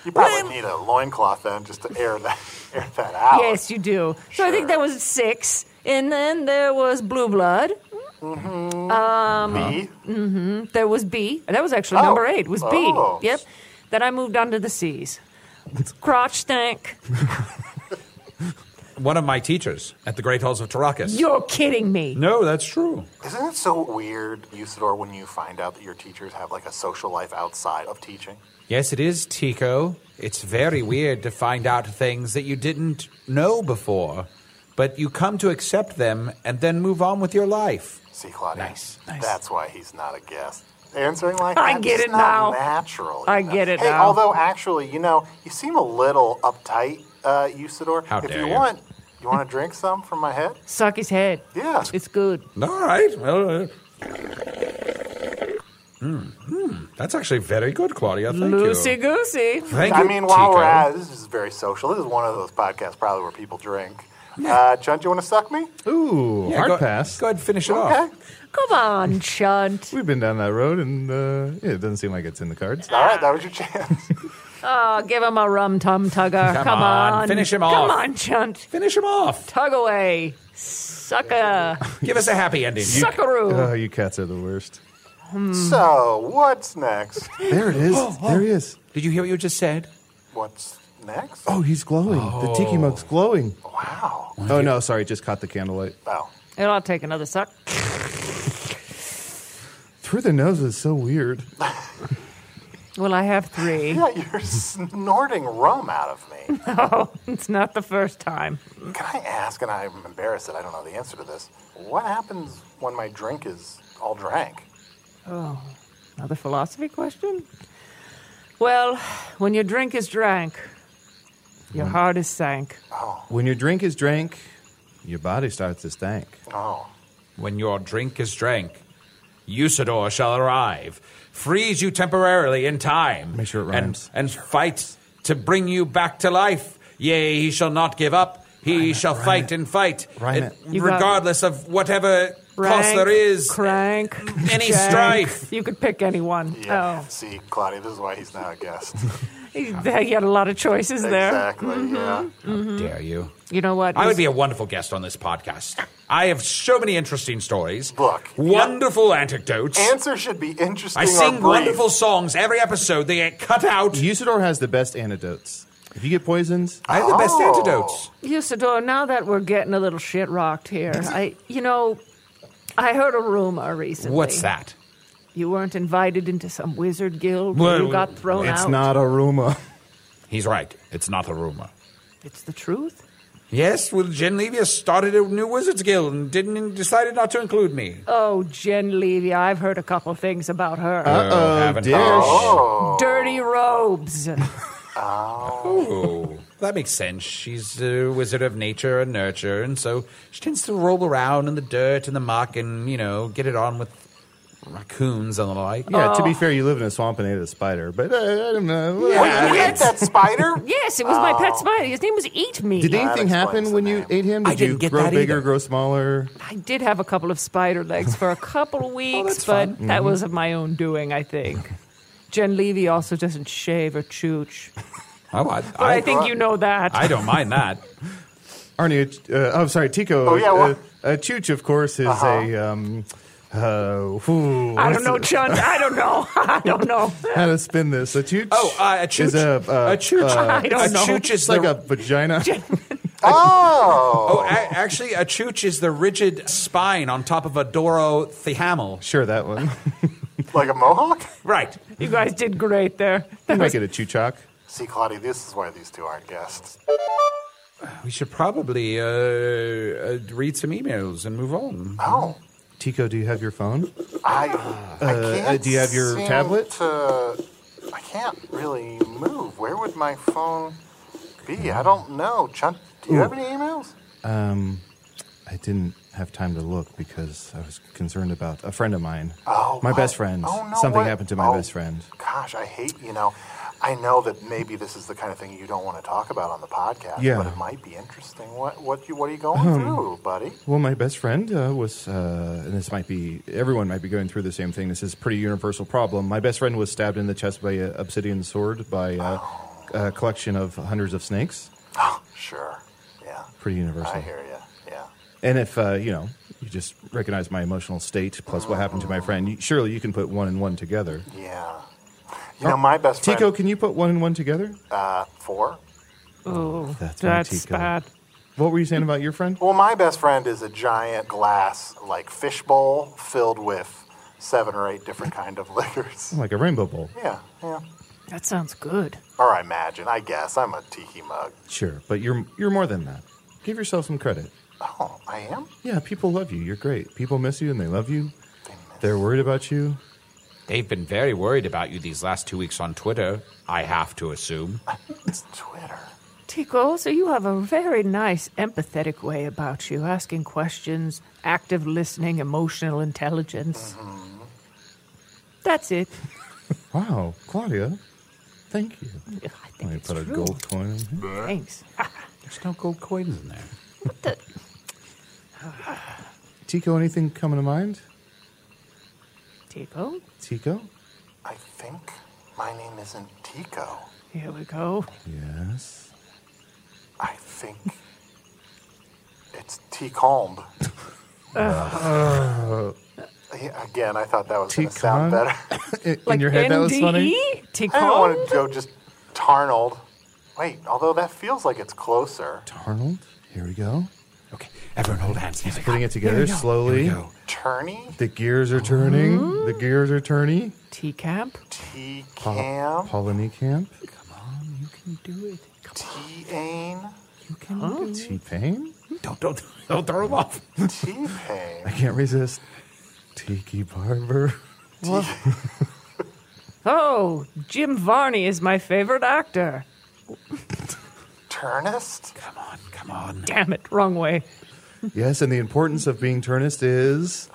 [SPEAKER 8] You probably need a loincloth then just to air that [laughs] air that out.
[SPEAKER 7] Yes, you do. So I think that was six. And then there was Blue Blood. Mm-hmm. Um,
[SPEAKER 8] B.
[SPEAKER 7] hmm There was B. That was actually
[SPEAKER 8] Oh.
[SPEAKER 7] number eight. Was B.
[SPEAKER 8] Oh.
[SPEAKER 7] Yep. Then I moved on to the C's. Crotch stank.
[SPEAKER 5] One of my teachers at the Great Halls of Tarakas.
[SPEAKER 7] You're kidding me.
[SPEAKER 5] No, that's true.
[SPEAKER 8] Isn't it so weird, Usador, when you find out that your teachers have like a social life outside of teaching?
[SPEAKER 5] Yes, it is, Tico. It's very weird to find out things that you didn't know before, but you come to accept them and then move on with your life.
[SPEAKER 8] See, Claudia. Nice, nice. That's why he's not a guest. Answering like
[SPEAKER 7] I
[SPEAKER 8] that,
[SPEAKER 7] get
[SPEAKER 8] just
[SPEAKER 7] it
[SPEAKER 8] not
[SPEAKER 7] now.
[SPEAKER 8] Natural. you
[SPEAKER 7] I
[SPEAKER 8] know?
[SPEAKER 7] get it
[SPEAKER 8] Hey,
[SPEAKER 7] now.
[SPEAKER 8] although actually, you know, you seem a little uptight, uh, Usador.
[SPEAKER 5] How
[SPEAKER 8] if
[SPEAKER 5] dare
[SPEAKER 8] you,
[SPEAKER 5] you.
[SPEAKER 8] want, you want to drink some from my head?
[SPEAKER 7] Suck his head.
[SPEAKER 8] Yeah.
[SPEAKER 7] It's good.
[SPEAKER 5] All right. Well, uh, hmm, hmm. that's actually very good, Claudia. Thank
[SPEAKER 7] Loosey
[SPEAKER 5] you.
[SPEAKER 7] goosey.
[SPEAKER 5] Thank
[SPEAKER 8] I
[SPEAKER 5] you,
[SPEAKER 8] mean, uh, while
[SPEAKER 5] Tico.
[SPEAKER 8] we're at it, this is very social. This is one of those podcasts probably where people drink. Uh, Chunt, you want to suck me?
[SPEAKER 6] Ooh,
[SPEAKER 8] Yeah,
[SPEAKER 6] hard
[SPEAKER 8] go-
[SPEAKER 6] pass.
[SPEAKER 5] Go ahead, finish
[SPEAKER 8] it off.
[SPEAKER 7] Come on, Chunt.
[SPEAKER 6] We've been down that road, and uh, yeah, it doesn't seem like it's in the cards.
[SPEAKER 8] All right, that was your chance.
[SPEAKER 7] Oh, give him a rum tum tugger.
[SPEAKER 6] Come
[SPEAKER 7] Come,
[SPEAKER 6] on,
[SPEAKER 7] on.
[SPEAKER 6] finish him
[SPEAKER 7] Come
[SPEAKER 6] off.
[SPEAKER 7] on, Chunt.
[SPEAKER 5] Finish him off.
[SPEAKER 7] Tug away. Sucker.
[SPEAKER 5] Give us a happy ending.
[SPEAKER 7] You- Suckaroo.
[SPEAKER 6] Oh, you cats are the worst.
[SPEAKER 8] So, what's next?
[SPEAKER 6] There it [gasps] is. There he is.
[SPEAKER 5] Did you hear what you just said?
[SPEAKER 8] What's next?
[SPEAKER 6] Oh, he's glowing. The tiki mug's glowing.
[SPEAKER 8] Wow.
[SPEAKER 6] Oh, no, sorry. Just caught the candlelight.
[SPEAKER 8] Oh.
[SPEAKER 7] And I'll take another suck.
[SPEAKER 6] Through the nose is so weird.
[SPEAKER 7] Well, I have three. [laughs]
[SPEAKER 8] Yeah, you're snorting rum out of me.
[SPEAKER 7] No, it's not the first time.
[SPEAKER 8] Can I ask, and I'm embarrassed that I don't know the answer to this, what happens when my drink is all drank?
[SPEAKER 7] Oh, another philosophy question? Well, when your drink is drank, your
[SPEAKER 6] Mm.
[SPEAKER 7] heart is sank.
[SPEAKER 6] When your drink is drank, your body starts to stank.
[SPEAKER 8] Oh.
[SPEAKER 5] When your drink is drank, Usador shall arrive, freeze you temporarily in time. Make sure it rhymes. And, and fight to bring you back to life. Yea, he shall not give up. He shall fight and fight,
[SPEAKER 6] Rhyme it.
[SPEAKER 7] You got-
[SPEAKER 5] regardless of whatever cost
[SPEAKER 7] Rank,
[SPEAKER 5] there is.
[SPEAKER 7] Crank.
[SPEAKER 5] any
[SPEAKER 7] jank.
[SPEAKER 5] strife.
[SPEAKER 7] You could pick anyone.
[SPEAKER 8] Yeah. See, Claudia, this is why he's not a guest.
[SPEAKER 7] Oh, he, he had a lot of choices there.
[SPEAKER 8] Exactly, yeah.
[SPEAKER 7] Mm-hmm.
[SPEAKER 5] How dare you?
[SPEAKER 7] You know what?
[SPEAKER 5] I would be a wonderful guest on this podcast. I have so many interesting stories.
[SPEAKER 8] Look.
[SPEAKER 5] Wonderful anecdotes.
[SPEAKER 8] Answer should be interesting.
[SPEAKER 5] I
[SPEAKER 8] or
[SPEAKER 5] sing
[SPEAKER 8] brief.
[SPEAKER 5] wonderful songs every episode. They get cut out.
[SPEAKER 6] Usador has the best antidotes. If you get poisons,
[SPEAKER 5] I have the best
[SPEAKER 8] Oh.
[SPEAKER 5] antidotes.
[SPEAKER 7] Usador, now that we're getting a little shit rocked here, I, you know, I heard a rumor recently.
[SPEAKER 5] What's that?
[SPEAKER 7] You weren't invited into some wizard guild.
[SPEAKER 5] Well,
[SPEAKER 7] you got thrown
[SPEAKER 6] it's
[SPEAKER 7] out.
[SPEAKER 6] not a rumor.
[SPEAKER 5] He's right. It's not a rumor.
[SPEAKER 7] It's the truth.
[SPEAKER 5] Yes, well, Jen Levia started a new Wizards Guild and didn't decided not to include me.
[SPEAKER 7] Oh, Jen Levy, I've heard a couple things about her.
[SPEAKER 5] Oh, haven't
[SPEAKER 6] dear.
[SPEAKER 5] I?
[SPEAKER 8] Oh.
[SPEAKER 6] [laughs]
[SPEAKER 7] Dirty robes.
[SPEAKER 5] Oh, that makes sense. She's a wizard of nature and nurture, and so she tends to roll around in the dirt and the muck and, you know, get it on with raccoons and the like.
[SPEAKER 6] Yeah, to be fair, you live in a swamp and ate a spider, but uh, I don't know.
[SPEAKER 8] Wait, you hit that spider?
[SPEAKER 7] yes, it was my pet spider. His name was Eat Me.
[SPEAKER 6] Oh. Did
[SPEAKER 8] that
[SPEAKER 6] anything
[SPEAKER 8] explains
[SPEAKER 6] happen
[SPEAKER 8] the
[SPEAKER 6] when you
[SPEAKER 8] name.
[SPEAKER 6] ate him?
[SPEAKER 5] I
[SPEAKER 6] Did you
[SPEAKER 5] didn't get
[SPEAKER 6] grow
[SPEAKER 5] that
[SPEAKER 6] bigger,
[SPEAKER 5] either.
[SPEAKER 6] grow smaller?
[SPEAKER 7] I did have a couple of spider legs for a [laughs] couple of weeks, but that was of my own doing, I think. Jen Levy also doesn't shave or chooch.
[SPEAKER 5] Oh, I,
[SPEAKER 7] But I, think you know that.
[SPEAKER 5] I don't mind that.
[SPEAKER 6] Arnie, uh, oh, sorry, Tico.
[SPEAKER 8] Oh, yeah, Uh-huh.
[SPEAKER 6] uh,
[SPEAKER 8] what?
[SPEAKER 6] uh, Chooch, of course, is a. Um, uh, whew,
[SPEAKER 7] [laughs] I
[SPEAKER 6] what's
[SPEAKER 7] don't know,
[SPEAKER 6] the-
[SPEAKER 7] [laughs] Chun. I don't know. I don't know.
[SPEAKER 6] how to spin this. A Chooch?
[SPEAKER 5] Oh, uh, a
[SPEAKER 6] Is
[SPEAKER 5] chooch.
[SPEAKER 6] a, uh,
[SPEAKER 5] a chooch.
[SPEAKER 6] uh,
[SPEAKER 7] I don't
[SPEAKER 5] a
[SPEAKER 7] know.
[SPEAKER 5] chooch is
[SPEAKER 6] It's like
[SPEAKER 5] the,
[SPEAKER 6] a
[SPEAKER 5] [laughs]
[SPEAKER 6] vagina.
[SPEAKER 8] Oh.
[SPEAKER 5] Oh, a- actually, a chooch is the rigid spine on top of a dorothehamel.
[SPEAKER 6] sure, that one.
[SPEAKER 8] Like a mohawk?
[SPEAKER 5] Right.
[SPEAKER 7] You guys did great there.
[SPEAKER 6] [laughs] you might get a Choochock.
[SPEAKER 8] See, Claudia, this is why these two aren't guests.
[SPEAKER 5] We should probably uh, uh, read some emails and move on.
[SPEAKER 8] Oh.
[SPEAKER 6] Tico, do you have your phone?
[SPEAKER 8] I, I
[SPEAKER 6] uh,
[SPEAKER 8] can't.
[SPEAKER 6] do you have your
[SPEAKER 8] seem
[SPEAKER 6] tablet?
[SPEAKER 8] to- I can't really move. Where would my phone be? I don't know. Chunt, do you have any emails?
[SPEAKER 6] Um, I didn't have time to look because I was concerned about a friend of mine.
[SPEAKER 8] Oh,
[SPEAKER 6] my
[SPEAKER 8] what?
[SPEAKER 6] best friend.
[SPEAKER 8] Oh, no,
[SPEAKER 6] Something
[SPEAKER 8] what?
[SPEAKER 6] happened to my
[SPEAKER 8] Oh,
[SPEAKER 6] best friend.
[SPEAKER 8] Gosh, I hate, you know, I know that maybe this is the kind of thing you don't want to talk about on the podcast,
[SPEAKER 6] Yeah. Hmm.
[SPEAKER 8] but it might be interesting. What what you what are you going through, buddy?
[SPEAKER 6] Well, my best friend uh, was, uh, and this might be everyone might be going through the same thing. This is a pretty universal problem. My best friend was stabbed in the chest by a obsidian sword by uh,
[SPEAKER 8] Oh.
[SPEAKER 6] a collection of hundreds of snakes.
[SPEAKER 8] Sure. Yeah.
[SPEAKER 6] Pretty
[SPEAKER 8] I
[SPEAKER 6] universal.
[SPEAKER 8] hear you. Yeah.
[SPEAKER 6] And if uh, you know, you just recognize my emotional state plus what happened to my friend. you- Surely you can put one and one together.
[SPEAKER 8] Yeah. You know, my best friend
[SPEAKER 6] Tico, can you put one and one together?
[SPEAKER 8] uh, four.
[SPEAKER 7] Oh,
[SPEAKER 6] That's
[SPEAKER 7] that's,
[SPEAKER 6] my Tico.
[SPEAKER 7] bad.
[SPEAKER 6] What were you saying about your friend?
[SPEAKER 8] Well, my best friend is a giant glass like fishbowl filled with seven or eight different kind of [laughs] liquors.
[SPEAKER 6] Like a rainbow bowl.
[SPEAKER 8] Yeah, yeah.
[SPEAKER 7] That sounds good.
[SPEAKER 8] Or I imagine, I guess. I'm a tiki mug.
[SPEAKER 6] Sure, but you're you're more than that. Give yourself some credit.
[SPEAKER 8] Oh, I am?
[SPEAKER 6] Yeah, people love you. You're great. People miss you and they love you. They're worried about you.
[SPEAKER 5] They've been very worried about you these last two weeks on Twitter, I have to assume.
[SPEAKER 8] It's Twitter.
[SPEAKER 7] Tico, so you have a very nice, empathetic way about you, asking questions, active listening, emotional intelligence. That's it.
[SPEAKER 6] Wow, Claudia, thank you.
[SPEAKER 7] I
[SPEAKER 6] Let
[SPEAKER 7] think
[SPEAKER 6] me
[SPEAKER 7] it's
[SPEAKER 6] put a
[SPEAKER 7] true.
[SPEAKER 6] gold coin in here.
[SPEAKER 7] Thanks.
[SPEAKER 5] There's no gold coins in there.
[SPEAKER 6] [sighs] Tico, anything coming to mind?
[SPEAKER 7] Tico,
[SPEAKER 6] Tico?
[SPEAKER 8] I think my name isn't Tico.
[SPEAKER 7] here we go.
[SPEAKER 5] [laughs]
[SPEAKER 6] Yes.
[SPEAKER 8] I think it's
[SPEAKER 6] [laughs]
[SPEAKER 8] Ticombe.
[SPEAKER 6] Uh,
[SPEAKER 8] Yeah, Again, I thought that was going to sound
[SPEAKER 6] Ticon?
[SPEAKER 8] better. [laughs]
[SPEAKER 6] In your head, that was
[SPEAKER 7] E?
[SPEAKER 6] funny?
[SPEAKER 8] E? I don't want
[SPEAKER 7] Tico?
[SPEAKER 8] to go just Tarnold. Wait, although that feels like it's closer.
[SPEAKER 6] Arnold, here we go.
[SPEAKER 5] Okay, everyone hold hands. He's "Ah,
[SPEAKER 6] Putting it together slowly.
[SPEAKER 8] Turney?
[SPEAKER 7] Mm-hmm.
[SPEAKER 6] The gears are turning. The gears are turning.
[SPEAKER 7] T-Camp?
[SPEAKER 8] T
[SPEAKER 6] Pol-
[SPEAKER 8] Cam.
[SPEAKER 6] Polony Camp.
[SPEAKER 8] You can do it. T Ain. You can
[SPEAKER 6] T Pain.
[SPEAKER 5] Don't don't don't throw him off.
[SPEAKER 8] T Pain.
[SPEAKER 6] I can't resist. Tiki Barber.
[SPEAKER 7] Oh, Jim Varney is my favorite actor.
[SPEAKER 8] Turnist?
[SPEAKER 7] Come
[SPEAKER 5] on, come on.
[SPEAKER 7] Damn it, wrong way.
[SPEAKER 6] yes, and the importance of being turnist is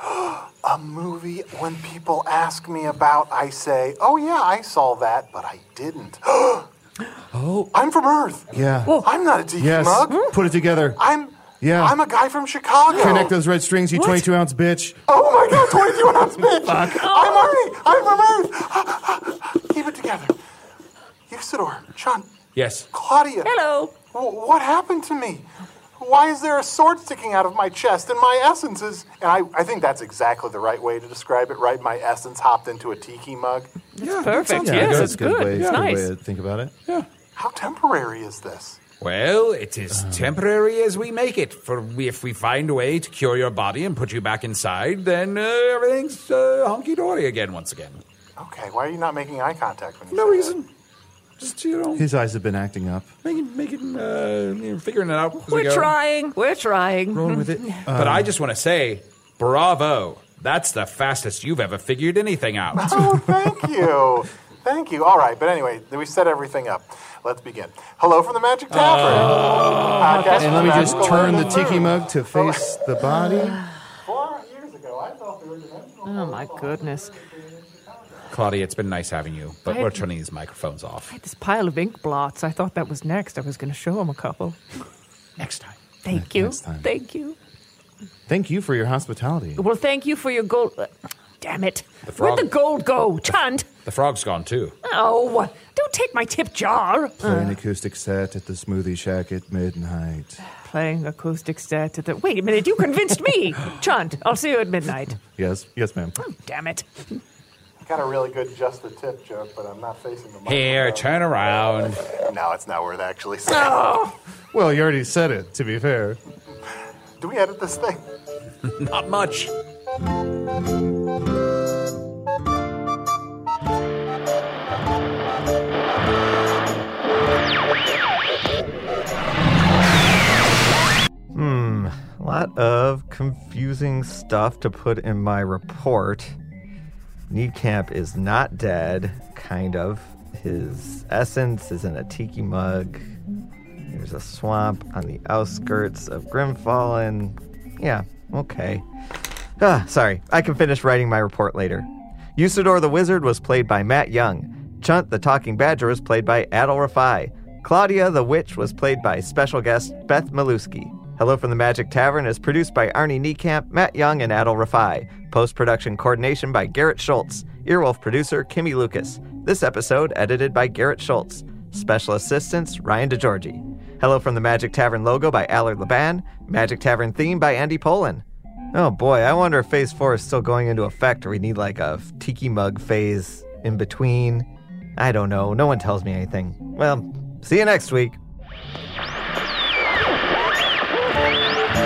[SPEAKER 8] A movie when people ask me about, I say, oh yeah, I saw that, but I didn't. [gasps]
[SPEAKER 6] [gasps] oh,
[SPEAKER 8] I'm from Earth.
[SPEAKER 6] yeah.
[SPEAKER 8] I'm not a tiki
[SPEAKER 6] yes, Hmm?
[SPEAKER 8] mug. Oh.
[SPEAKER 6] put it together.
[SPEAKER 8] I'm
[SPEAKER 6] yeah.
[SPEAKER 8] I'm a guy from Chicago.
[SPEAKER 6] Connect those red strings, you
[SPEAKER 8] What?
[SPEAKER 6] twenty-two ounce bitch.
[SPEAKER 8] Oh my god, 22 ounce bitch!
[SPEAKER 7] Oh,
[SPEAKER 8] I'm Arnie! I'm from Earth! Keep it together. Usador, Sean,
[SPEAKER 5] Yes.
[SPEAKER 8] Claudia.
[SPEAKER 7] Hello.
[SPEAKER 8] what happened to me? Why is there a sword sticking out of my chest and my essence is. And I, I think that's exactly the right way to describe it, right? My essence hopped into a tiki mug.
[SPEAKER 5] Yeah,
[SPEAKER 7] perfect.
[SPEAKER 6] Yeah,
[SPEAKER 7] yes,
[SPEAKER 6] that's
[SPEAKER 7] it's
[SPEAKER 6] a good.
[SPEAKER 7] good.
[SPEAKER 6] Way,
[SPEAKER 7] It's
[SPEAKER 6] good
[SPEAKER 7] nice.
[SPEAKER 6] way to think about it.
[SPEAKER 8] How temporary is this?
[SPEAKER 5] Well, it is
[SPEAKER 7] Uh.
[SPEAKER 5] temporary as we make it. For we- if we find a way to cure your body and put you back inside, then uh, everything's uh, hunky dory again, once again.
[SPEAKER 8] Okay, why are you not making eye contact when you
[SPEAKER 5] No
[SPEAKER 8] say
[SPEAKER 5] reason. Just you know,
[SPEAKER 6] His eyes have been acting up.
[SPEAKER 5] making, making, uh, you know, figuring it out. as we
[SPEAKER 7] We're
[SPEAKER 5] go.
[SPEAKER 7] trying. We're trying.
[SPEAKER 5] Rolling with it. But I just want to say, bravo! That's the fastest you've ever figured anything out.
[SPEAKER 8] Oh, thank you. Thank you. All right, but anyway, we set everything up. Let's begin. Hello from the Magic Tavern. Podcast
[SPEAKER 6] Uh, And let me
[SPEAKER 8] from
[SPEAKER 6] just
[SPEAKER 8] Magical
[SPEAKER 6] turn the
[SPEAKER 8] Land and
[SPEAKER 6] tiki
[SPEAKER 8] Moon.
[SPEAKER 6] mug to face the body.
[SPEAKER 8] Four years ago, I thought there was an
[SPEAKER 7] [laughs] Oh my goodness.
[SPEAKER 5] Claudia, it's been nice having you, but
[SPEAKER 7] I-
[SPEAKER 5] we're turning these microphones off.
[SPEAKER 7] This pile of ink blots. I thought that was next. I was going to show him a couple.
[SPEAKER 5] Next time.
[SPEAKER 7] Thank you.
[SPEAKER 6] Next time.
[SPEAKER 7] Thank you.
[SPEAKER 6] Thank you for your hospitality.
[SPEAKER 7] Well, thank you for your gold. uh, Damn it.
[SPEAKER 5] frog-
[SPEAKER 7] Where'd the gold go? Chant.
[SPEAKER 5] The frog's gone too.
[SPEAKER 7] Oh, don't take my tip jar.
[SPEAKER 6] Play an acoustic set at the smoothie shack at midnight.
[SPEAKER 7] Playing acoustic set at the. Wait a minute. You
[SPEAKER 6] [laughs]
[SPEAKER 7] convinced me. Chant. I'll see you at midnight.
[SPEAKER 6] Yes, yes, ma'am.
[SPEAKER 7] Oh, Damn it.
[SPEAKER 8] Got a really good just the tip joke, but I'm not facing the
[SPEAKER 5] Here, turn around.
[SPEAKER 8] No, it's not worth actually saying.
[SPEAKER 7] Oh,
[SPEAKER 6] Well, you already said it. To be fair.
[SPEAKER 8] Do we edit this thing?
[SPEAKER 5] Not much.
[SPEAKER 3] A lot of confusing stuff to put in my report. Niekamp is not dead, kind of. His essence is in a tiki mug. There's a swamp on the outskirts of Grimfallen. Yeah, okay. Ah, sorry. I can finish writing my report later. Usador the Wizard was played by Matt Young. Chunt the Talking Badger was played by Adol Rafai. Claudia the Witch was played by special guest Beth Maluski. Hello from the Magic Tavern is produced by Arnie Niekamp, Matt Young, and Adol Rafai. Post production coordination by Garrett Schultz. Earwolf producer Kimmy Lucas. This episode edited by Garrett Schultz. Special assistants Ryan DeGiorgi. Hello from the Magic Tavern logo by Allard Laban. Magic Tavern theme by Andy Polin. Oh boy, I wonder if phase four is still going into effect or we need like a tiki mug phase in between. I don't know. No one tells me anything. Well, see you next week.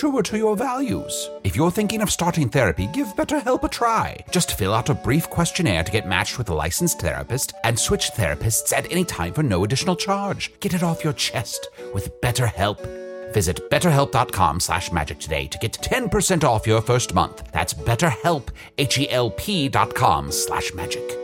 [SPEAKER 5] truer to your values. If you're thinking of starting therapy, give BetterHelp a try. Just fill out a brief questionnaire to get matched with a licensed therapist and switch therapists at any time for no additional charge. Get it off your chest with BetterHelp. Visit betterhelp.com slash magic today to get E 10% off your first month. That's betterhelp, H-E-L-P dot com slash magic.